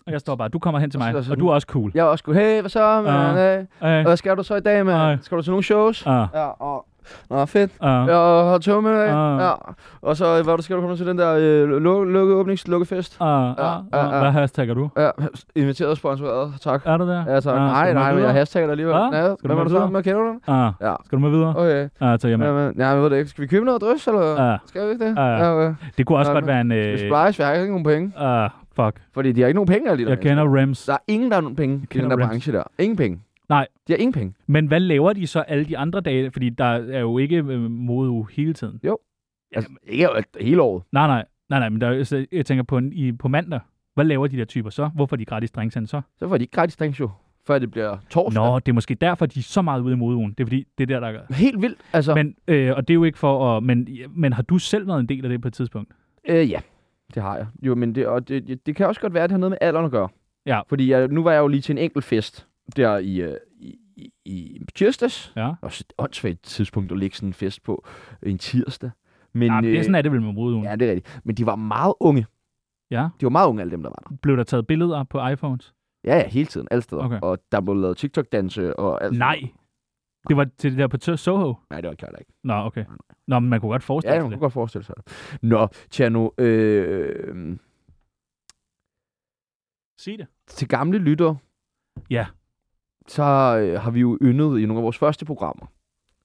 Speaker 2: Og jeg står bare, du kommer hen til
Speaker 1: Og så er der
Speaker 2: mig, og
Speaker 1: sådan-
Speaker 2: du er også cool.
Speaker 1: Jeg er også skulle, hey, hvad så, man? Hey,
Speaker 2: Øh,
Speaker 1: Hvad skal du så i dag,
Speaker 2: Ej.
Speaker 1: man? Skal du til nogle shows?
Speaker 2: ah,
Speaker 1: Ja, og... Nå, fedt.
Speaker 2: ah.
Speaker 1: Ja, og har tog med i dag.
Speaker 2: Ah.
Speaker 1: Ja. Og så, hvad du skal du komme til den der øh, lu- lukke åbnings, lukkefest?
Speaker 2: Ah,
Speaker 1: Ja,
Speaker 2: ah,
Speaker 1: ja,
Speaker 2: ah.
Speaker 1: ja.
Speaker 2: Hvad hashtagger du?
Speaker 1: Ja, inviteret og sponsoreret, tak.
Speaker 2: Er du der?
Speaker 1: Ja, tak.
Speaker 2: Ah,
Speaker 1: nej, nej,
Speaker 2: skal du med
Speaker 1: men jeg
Speaker 2: videre?
Speaker 1: hashtagger dig alligevel.
Speaker 2: Hva?
Speaker 1: Ja,
Speaker 2: Skal du
Speaker 1: hvad var
Speaker 2: med
Speaker 1: du så?
Speaker 2: videre?
Speaker 1: Hvad kender du den?
Speaker 2: Ah,
Speaker 1: Ja.
Speaker 2: skal du med videre?
Speaker 1: Okay.
Speaker 2: Ah, så jamen.
Speaker 1: Jamen, ja, jeg ved det ikke. Skal vi købe noget drøs, eller?
Speaker 2: Ah,
Speaker 1: Skal vi ikke det?
Speaker 2: Ja, ja.
Speaker 1: okay.
Speaker 2: det kunne også
Speaker 1: Nå,
Speaker 2: godt
Speaker 1: men-
Speaker 2: være en...
Speaker 1: Hvis
Speaker 2: Øh,
Speaker 1: Splice, vi har ikke nogen penge.
Speaker 2: ah, fuck.
Speaker 1: Fordi de har ikke nogen penge, alle de der
Speaker 2: Jeg kender
Speaker 1: mennesker.
Speaker 2: Rams.
Speaker 1: Der er ingen, der har nogen penge i
Speaker 2: kender
Speaker 1: den der
Speaker 2: Rams.
Speaker 1: branche der. Ingen penge.
Speaker 2: Nej.
Speaker 1: De har ingen penge.
Speaker 2: Men hvad laver de så alle de andre dage? Fordi der er jo ikke øh, mode hele tiden.
Speaker 1: Altså, ikke hele året.
Speaker 2: Nej, nej. Nej, nej, men der, er jo- så jeg tænker på, en, i, på mandag. Hvad laver de der typer så? Hvorfor er de gratis drinksand så?
Speaker 1: Så får de ikke gratis drinks jo, før det bliver torsdag.
Speaker 2: Nå, det er måske derfor, de er så meget ude i modeugen. Det er fordi, det er der, der gør.
Speaker 1: Helt vildt. Altså,
Speaker 2: Men, øh, og det er jo ikke for at... Men, men har du selv været en del af det på et tidspunkt?
Speaker 1: Øh, ja, det har jeg. Jo, men det, og det, det, det kan også godt være, at det har noget med alderen at gøre.
Speaker 2: Ja.
Speaker 1: Fordi jeg, nu var jeg jo lige til en enkelt fest der i, øh, i, i, i tirsdags.
Speaker 2: Ja.
Speaker 1: Også et åndssvagt tidspunkt at lægge sådan en fest på øh, en tirsdag. Men,
Speaker 2: ja, Ah, det er
Speaker 1: øh,
Speaker 2: sådan, er det vel med modeugen.
Speaker 1: ja, det er rigtigt. Men de var meget unge.
Speaker 2: Ja.
Speaker 1: De var meget unge, alle dem, der var der.
Speaker 2: Blev der taget billeder på iPhones?
Speaker 1: Ja, ja, hele tiden. Alle steder.
Speaker 2: Okay.
Speaker 1: Og der blev lavet TikTok-danse og alt.
Speaker 2: Nej. Det var til det der på Tø- Soho?
Speaker 1: Nej, det var klart ikke.
Speaker 2: Nå, okay. Nå, men man kunne godt forestille
Speaker 1: Ja,
Speaker 2: sig
Speaker 1: man
Speaker 2: det.
Speaker 1: kunne godt forestille sig det. Nå, Tjerno, øh,
Speaker 2: Sig det.
Speaker 1: til gamle lytter,
Speaker 2: Ja.
Speaker 1: så øh, har vi jo yndet i nogle af vores første programmer.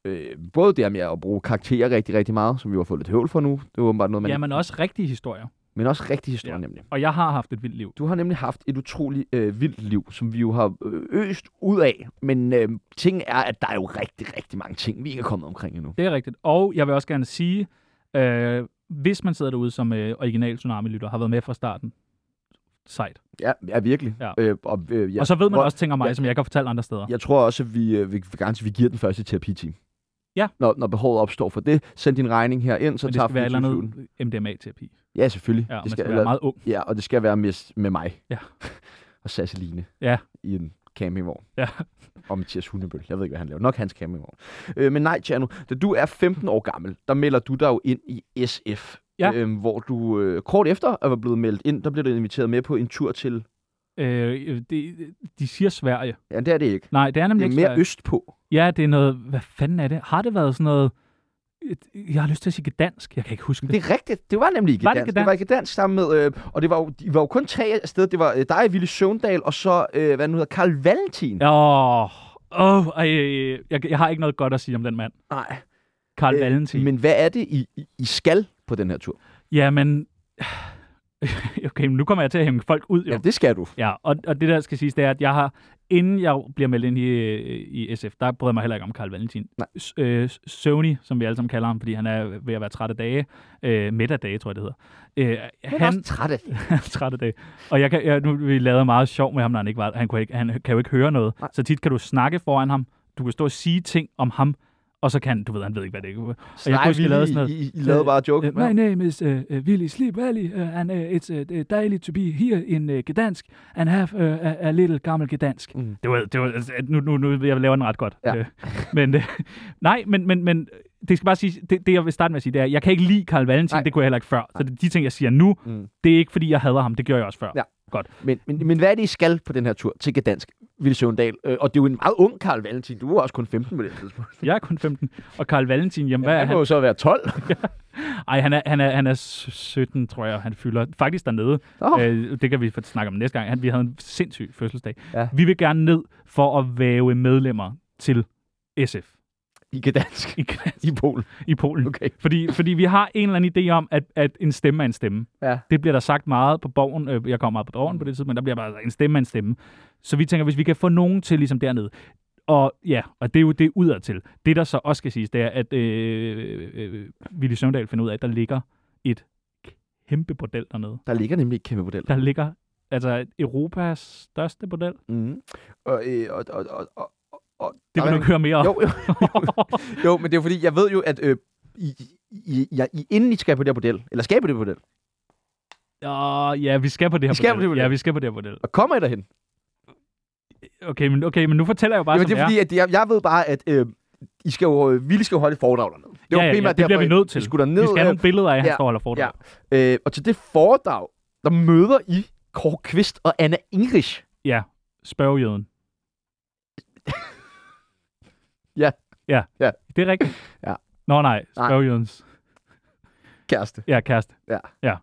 Speaker 1: Øh, både det her med at bruge karakterer rigtig, rigtig meget, som vi har fået lidt høvl for nu. Det var åbenbart noget, man...
Speaker 2: Ja, men også rigtige historier.
Speaker 1: Men også rigtig historie,
Speaker 2: Ja.
Speaker 1: ja. nemlig.
Speaker 2: Og jeg har haft et vildt liv.
Speaker 1: Du har nemlig haft et utroligt øh, vildt liv, som vi jo har øh, øst ud af. Men øh, ting er, at der er jo rigtig, rigtig mange ting, vi ikke er kommet omkring endnu.
Speaker 2: Det er rigtigt. Og jeg vil også gerne sige, øh, hvis man sidder derude som øh, original Tsunami-lytter, har været med fra starten, sejt.
Speaker 1: Ja, ja virkelig.
Speaker 2: Ja.
Speaker 1: Øh, og, øh,
Speaker 2: Ja.
Speaker 1: ja.
Speaker 2: Og så ved man
Speaker 1: Hvor-
Speaker 2: også ting om mig,
Speaker 1: Ja.
Speaker 2: som jeg ikke har fortalt andre steder.
Speaker 1: Jeg tror også, at vi, øh, vi, vi, garanterer, at vi giver den første terapitime.
Speaker 2: Ja.
Speaker 1: Når, når behovet opstår for det, send din regning her ind, så
Speaker 2: Men det
Speaker 1: tager
Speaker 2: skal være et eller
Speaker 1: 24/7.
Speaker 2: andet MDMA-terapi.
Speaker 1: Ja, selvfølgelig.
Speaker 2: Ja, man
Speaker 1: det
Speaker 2: skal
Speaker 1: eller-
Speaker 2: være meget ung.
Speaker 1: Ja, og det skal være med, med mig.
Speaker 2: Ja.
Speaker 1: og Sasseline.
Speaker 2: Ja.
Speaker 1: I en campingvogn.
Speaker 2: Ja.
Speaker 1: Og Mathias Hundebøl. Jeg ved ikke, hvad han laver. Nok hans campingvogn. Øh, men nej, Tjerno, da du er 15 år gammel, der melder du dig jo ind i SF.
Speaker 2: Ja.
Speaker 1: Øhm, hvor du øh, kort efter at være blevet meldt ind, der bliver du inviteret med på en tur til...
Speaker 2: Øh, det, de siger Sverige.
Speaker 1: Ja, det er det ikke.
Speaker 2: Nej, det er
Speaker 1: Det
Speaker 2: nemlig
Speaker 1: er
Speaker 2: ikke
Speaker 1: mere
Speaker 2: Sverige.
Speaker 1: østpå.
Speaker 2: Ja, det er noget... Hvad fanden er det? Har det været sådan noget... et- Jeg har lyst til at sige dansk. Jeg kan ikke huske det.
Speaker 1: Det er rigtigt. Det var nemlig ikke
Speaker 2: Var det
Speaker 1: dansk.
Speaker 2: ikke
Speaker 1: Det var ikke dansk sammen med... Øh, og det var, jo, de var jo kun tre af sted. Det var øh, dig, Ville Søvndal, og så, øh, hvad nu hedder, Karl Valentin.
Speaker 2: Åh, oh, oh, jeg, jeg har ikke noget godt at sige om den mand.
Speaker 1: Nej.
Speaker 2: Karl
Speaker 1: Øh,
Speaker 2: Valentin.
Speaker 1: Men hvad er det, I, I- I skal på den her tur?
Speaker 2: Jamen, okay, men nu kommer jeg til at hænge folk ud, jo.
Speaker 1: Ja, det skal du.
Speaker 2: Ja, og, og det der skal siges, det er, at jeg har, inden jeg bliver meldt ind i, øh, i SF, der bryder jeg mig heller ikke om Karl Valentin.
Speaker 1: Nej.
Speaker 2: S- øh, Sony, som vi alle sammen kalder ham, fordi han er ved at være træt af dage. Øh, midt af dage, tror jeg, det hedder. Øh,
Speaker 1: Han er også træt af det.
Speaker 2: træt af det. Og jeg kan, jeg, nu vi lavede meget sjov med ham, når han ikke var han, kunne ikke, han kan jo ikke høre noget.
Speaker 1: Nej.
Speaker 2: Så tit kan du snakke foran ham, du kan stå og sige ting om ham, og så kan du ved, han ved ikke, hvad det er. Og
Speaker 1: Nej,
Speaker 2: kunne huske,
Speaker 1: vi
Speaker 2: vi lavede
Speaker 1: lige-
Speaker 2: sådan noget.
Speaker 1: I, I lavede bare joke.
Speaker 2: Uh, my name is uh, uh, Willy Sleep Valley, uh, and uh, it's uh, dejligt to be here in uh, Gdansk, and have uh, a, a little gammel Gdansk.
Speaker 1: Mm.
Speaker 2: Mm. Det var, det var, altså, nu, nu, nu, jeg laver den ret godt.
Speaker 1: Ja.
Speaker 2: Øh, men, øh, nej, men, men, men det skal bare sige, det, det, jeg vil starte med at sige, det er, jeg kan ikke lide Karl Valentin,
Speaker 1: Nej.
Speaker 2: det kunne jeg heller ikke før. Så det, de ting, jeg siger nu,
Speaker 1: Mm.
Speaker 2: mm. det er ikke, fordi jeg hader ham, det gjorde jeg også før.
Speaker 1: Ja.
Speaker 2: Ja.
Speaker 1: Men, men, men hvad er det, I skal på den her tur til Gdansk, Ville Søvendal? Øh, og det er jo en meget ung Karl Valentin. Du var også kun 15 på det tidspunkt.
Speaker 2: Jeg er kun 15, og Karl Valentin, jamen, hvad er
Speaker 1: Han må
Speaker 2: han?
Speaker 1: jo så være 12.
Speaker 2: Ej, han er, han er, han er s- 17, tror jeg, han fylder. Faktisk dernede.
Speaker 1: Nå.
Speaker 2: Øh, det kan vi få snakke om næste gang. Han, vi havde en sindssyg fødselsdag.
Speaker 1: Ja.
Speaker 2: Ja. Vi vil gerne ned for at væve medlemmer til SF
Speaker 1: I Gdansk.
Speaker 2: i,
Speaker 1: I Polen.
Speaker 2: i Polen. Okay.
Speaker 1: Okay.
Speaker 2: Fordi, fordi vi har en eller anden idé om, at, at en stemme er en stemme.
Speaker 1: Ja.
Speaker 2: Det bliver der sagt meget på borgen. Øh, Jeg kommer meget på borgen på det tidspunkt, men der bliver bare en stemme er en stemme. Så vi tænker, hvis vi kan få nogen til ligesom dernede. Og ja, og det er jo det udadtil. Det, der så også skal siges, det er, at øh, øh, Willy Søvndal finder ud af, at der ligger et kæmpe bordel dernede.
Speaker 1: Der ligger nemlig et kæmpe model.
Speaker 2: Der ligger altså Europas største bordel.
Speaker 1: Mm. Og, øh, og, og, og, og, og,
Speaker 2: Det vil
Speaker 1: der-
Speaker 2: du ikke høre mere om.
Speaker 1: Jo, jo, jo, men det er jo fordi, jeg ved jo, at øh, I, I, I, I, inden I skal på det her model, eller skal I på det her model,
Speaker 2: Åh, ja, vi skal på det her
Speaker 1: Vi skal på det
Speaker 2: bordel.
Speaker 1: bordel.
Speaker 2: Ja, vi skal på det her bordel.
Speaker 1: og kommer I derhen?
Speaker 2: Okay, men, okay, men nu fortæller jeg jo bare,
Speaker 1: Jamen,
Speaker 2: som
Speaker 1: det er fordi, at jeg, jeg ved bare, at øh, I skal jo, øh, Ville skal jo holde et foredrag dernede. Det var
Speaker 2: ja, ja, ja,
Speaker 1: primært
Speaker 2: det
Speaker 1: derfor,
Speaker 2: bliver vi
Speaker 1: I-
Speaker 2: nødt til.
Speaker 1: I skulle derned,
Speaker 2: vi skal have nogle billeder af, at han
Speaker 1: ja,
Speaker 2: står og holder foredrag.
Speaker 1: Øh, og til det foredrag, der møder I Kåre Kvist og Anna English.
Speaker 2: Ja, spørgjøden.
Speaker 1: Ja.
Speaker 2: ja.
Speaker 1: Ja.
Speaker 2: Det er rigtigt.
Speaker 1: Ja.
Speaker 2: Nå nej, spørgjødens
Speaker 1: Kæreste.
Speaker 2: ja, kæreste.
Speaker 1: Ja.
Speaker 2: ja.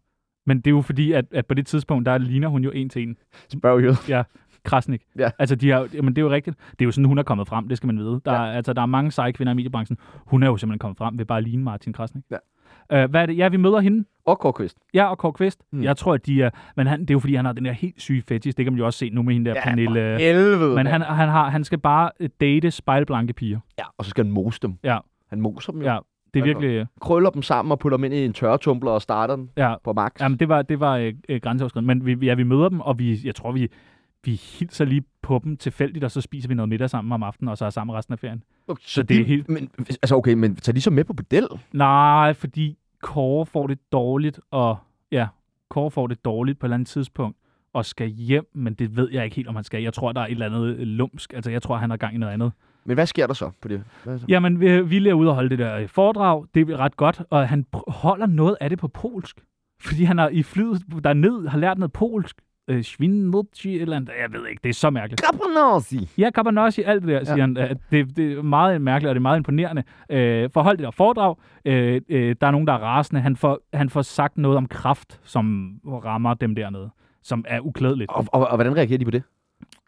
Speaker 2: Men det er jo fordi, at, at på det tidspunkt, der ligner hun jo en til en.
Speaker 1: Spørg jo.
Speaker 2: Krasnik.
Speaker 1: Ja.
Speaker 2: Altså, de har, jamen, det er jo rigtigt. Det er jo sådan, hun er kommet frem, det skal man vide. Der, ja. er, altså, der er mange seje kvinder i mediebranchen. Hun er jo simpelthen kommet frem ved bare at ligne Martin Krasnik.
Speaker 1: Ja.
Speaker 2: Øh, hvad er det? Ja, vi møder hende.
Speaker 1: Og Kåre Kvist.
Speaker 2: Ja, og Kåre Kvist.
Speaker 1: Mm.
Speaker 2: Mm. Jeg tror, at de er... Men han, det er jo fordi, han har den der helt syge fetish. Det kan man jo også se nu med hende der, Pernille.
Speaker 1: for helvede.
Speaker 2: Men
Speaker 1: mand.
Speaker 2: han, han, har, han skal bare øh, date spejlblanke piger.
Speaker 1: Ja, og så skal han mose dem.
Speaker 2: Ja.
Speaker 1: Han moser dem jo.
Speaker 2: Ja. Det er
Speaker 1: Hold da
Speaker 2: virkelig... øh,
Speaker 1: Krøller dem sammen og putter dem ind i en tørretumbler og starter dem
Speaker 2: Ja,
Speaker 1: på max.
Speaker 2: jamen, det var, det var øh, øh, grænseoverskridende. Men vi, vi- ja, vi møder dem, og vi, jeg tror, vi, vi hilser lige på dem tilfældigt, og så spiser vi noget middag sammen om aftenen, og så er sammen resten af ferien.
Speaker 1: Okay,
Speaker 2: så det er helt-
Speaker 1: Men, altså okay, men tag lige så med på bedel.
Speaker 2: Nej, fordi Kåre får det dårligt, og ja, Kåre får det dårligt på et eller andet tidspunkt, og skal hjem, men det ved jeg ikke helt, om han skal. Jeg tror, der er et eller andet øh, lumsk. Altså, jeg tror, han har gang i noget andet.
Speaker 1: Men hvad sker der så på det? Hvad så?
Speaker 2: Jamen, vi, vi er ude og holde det der øh, foredrag. Det er ret godt, og han pr- holder noget af det på polsk. Fordi han har i flyet derned har lært noget polsk. Øh, Svinutji eller andet. Jeg ved ikke, det er så mærkeligt.
Speaker 1: Kapanossi.
Speaker 2: Ja, Kabanossi, alt det der, siger han. Øh, Det, det er meget mærkeligt, og det er meget imponerende. Øh, forhold det der foredrag. Øh, øh, der er nogen, der er rasende. Han får, han får sagt noget om kraft, som rammer dem dernede som er uklædeligt.
Speaker 1: Og, og, og, hvordan reagerer de på det?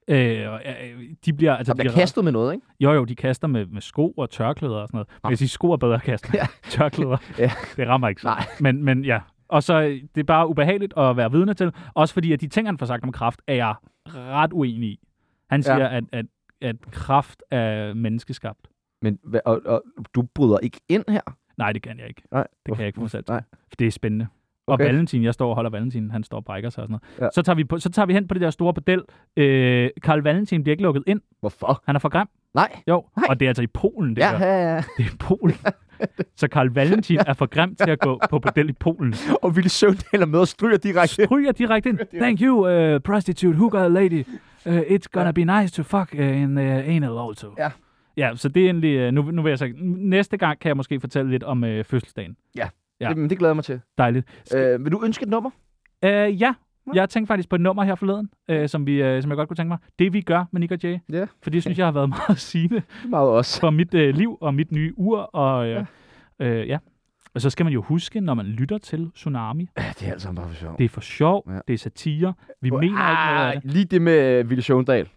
Speaker 2: Øh, og, øh, de bliver, altså,
Speaker 1: Der
Speaker 2: de
Speaker 1: bliver
Speaker 2: bliver
Speaker 1: kastet med noget, ikke?
Speaker 2: jo, jo, de kaster med, med sko og tørklæder og sådan noget.
Speaker 1: Nå.
Speaker 2: Men jeg siger, sko er bedre at kaste med.
Speaker 1: Ja.
Speaker 2: Tørklæder,
Speaker 1: Ja.
Speaker 2: det rammer ikke så.
Speaker 1: Nej.
Speaker 2: Men, men ja, og så øh, det er bare ubehageligt at være vidne til. Også fordi, at de ting, han får sagt om kraft, er jeg ret uenig i. Han
Speaker 1: Ja.
Speaker 2: siger, at, at, at kraft er menneskeskabt.
Speaker 1: Men hvad, og, og, du bryder ikke ind her?
Speaker 2: Nej, det kan jeg ikke.
Speaker 1: Nej.
Speaker 2: Det kan jeg ikke få mig selv. til.
Speaker 1: Nej.
Speaker 2: For det er spændende. Og
Speaker 1: Okay.
Speaker 2: Valentin, jeg står og holder Valentin, han står og brækker sig og sådan noget.
Speaker 1: Ja.
Speaker 2: Ja. Så, tager vi på, så tager vi hen på det der store bordel. Øh, Karl Valentin bliver ikke lukket ind.
Speaker 1: Hvorfor?
Speaker 2: Han er for grim.
Speaker 1: Nej.
Speaker 2: Jo,
Speaker 1: Nej.
Speaker 2: og det er altså i Polen, det
Speaker 1: Ja,
Speaker 2: her.
Speaker 1: ja, ja.
Speaker 2: Det er Polen. Så Karl Valentin er for grim til at gå på bordel i Polen.
Speaker 1: Og Ville Søvndal er med og stryger direkte.
Speaker 2: Stryger direkte ind. Thank you, uh, prostitute hooker lady. Uh, it's gonna be nice to fuck uh, in uh, anal also.
Speaker 1: Ja.
Speaker 2: Ja, så det er egentlig... Uh, nu, nu vil jeg så... Næste gang kan jeg måske fortælle lidt om uh, fødselsdagen. Ja.
Speaker 1: Jamen, det glæder jeg mig til.
Speaker 2: Dejligt. Skal...
Speaker 1: Øh, vil du ønske et nummer?
Speaker 2: Uh, ja, jeg tænkte faktisk på et nummer her forleden, øh, som, vi, øh, som jeg godt kunne tænke mig. Det vi gør med Nick og Jay.
Speaker 1: Ja.
Speaker 2: For det synes jeg har været meget sigende
Speaker 1: Meget også.
Speaker 2: for mit øh, liv og mit nye ur. Og, øh, ja. Øh, ja. og så skal man jo huske, når man lytter til Tsunami,
Speaker 1: Ja, det er altså bare for sjov. Ah,
Speaker 2: Det er for sjov,
Speaker 1: Ja.
Speaker 2: ja. det er satire, vi mener ikke noget af det.
Speaker 1: Lige det med øh, Ville Søvndal.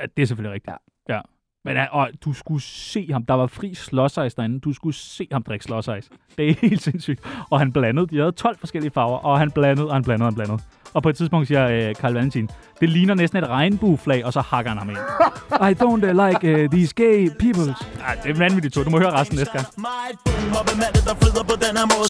Speaker 2: Ja, det er selvfølgelig rigtigt. Ja. ja. Men øh, og du skulle se ham. Der var fri slåsejs derinde. Du skulle se ham drikke slåsejs. Det er helt sindssygt. Og han blandede. De havde 12 forskellige farver, og han blandede, og han blandede, og han blandede. Og på et tidspunkt siger øh, Carl Valentin, det ligner næsten et regnbueflag, og så hakker han ham ind. I don't uh, like uh, these gay people. Ej, det er vanvittigt, to. Du må høre resten næste gang.
Speaker 3: Meget boom og bemandet, der flyder på den her måde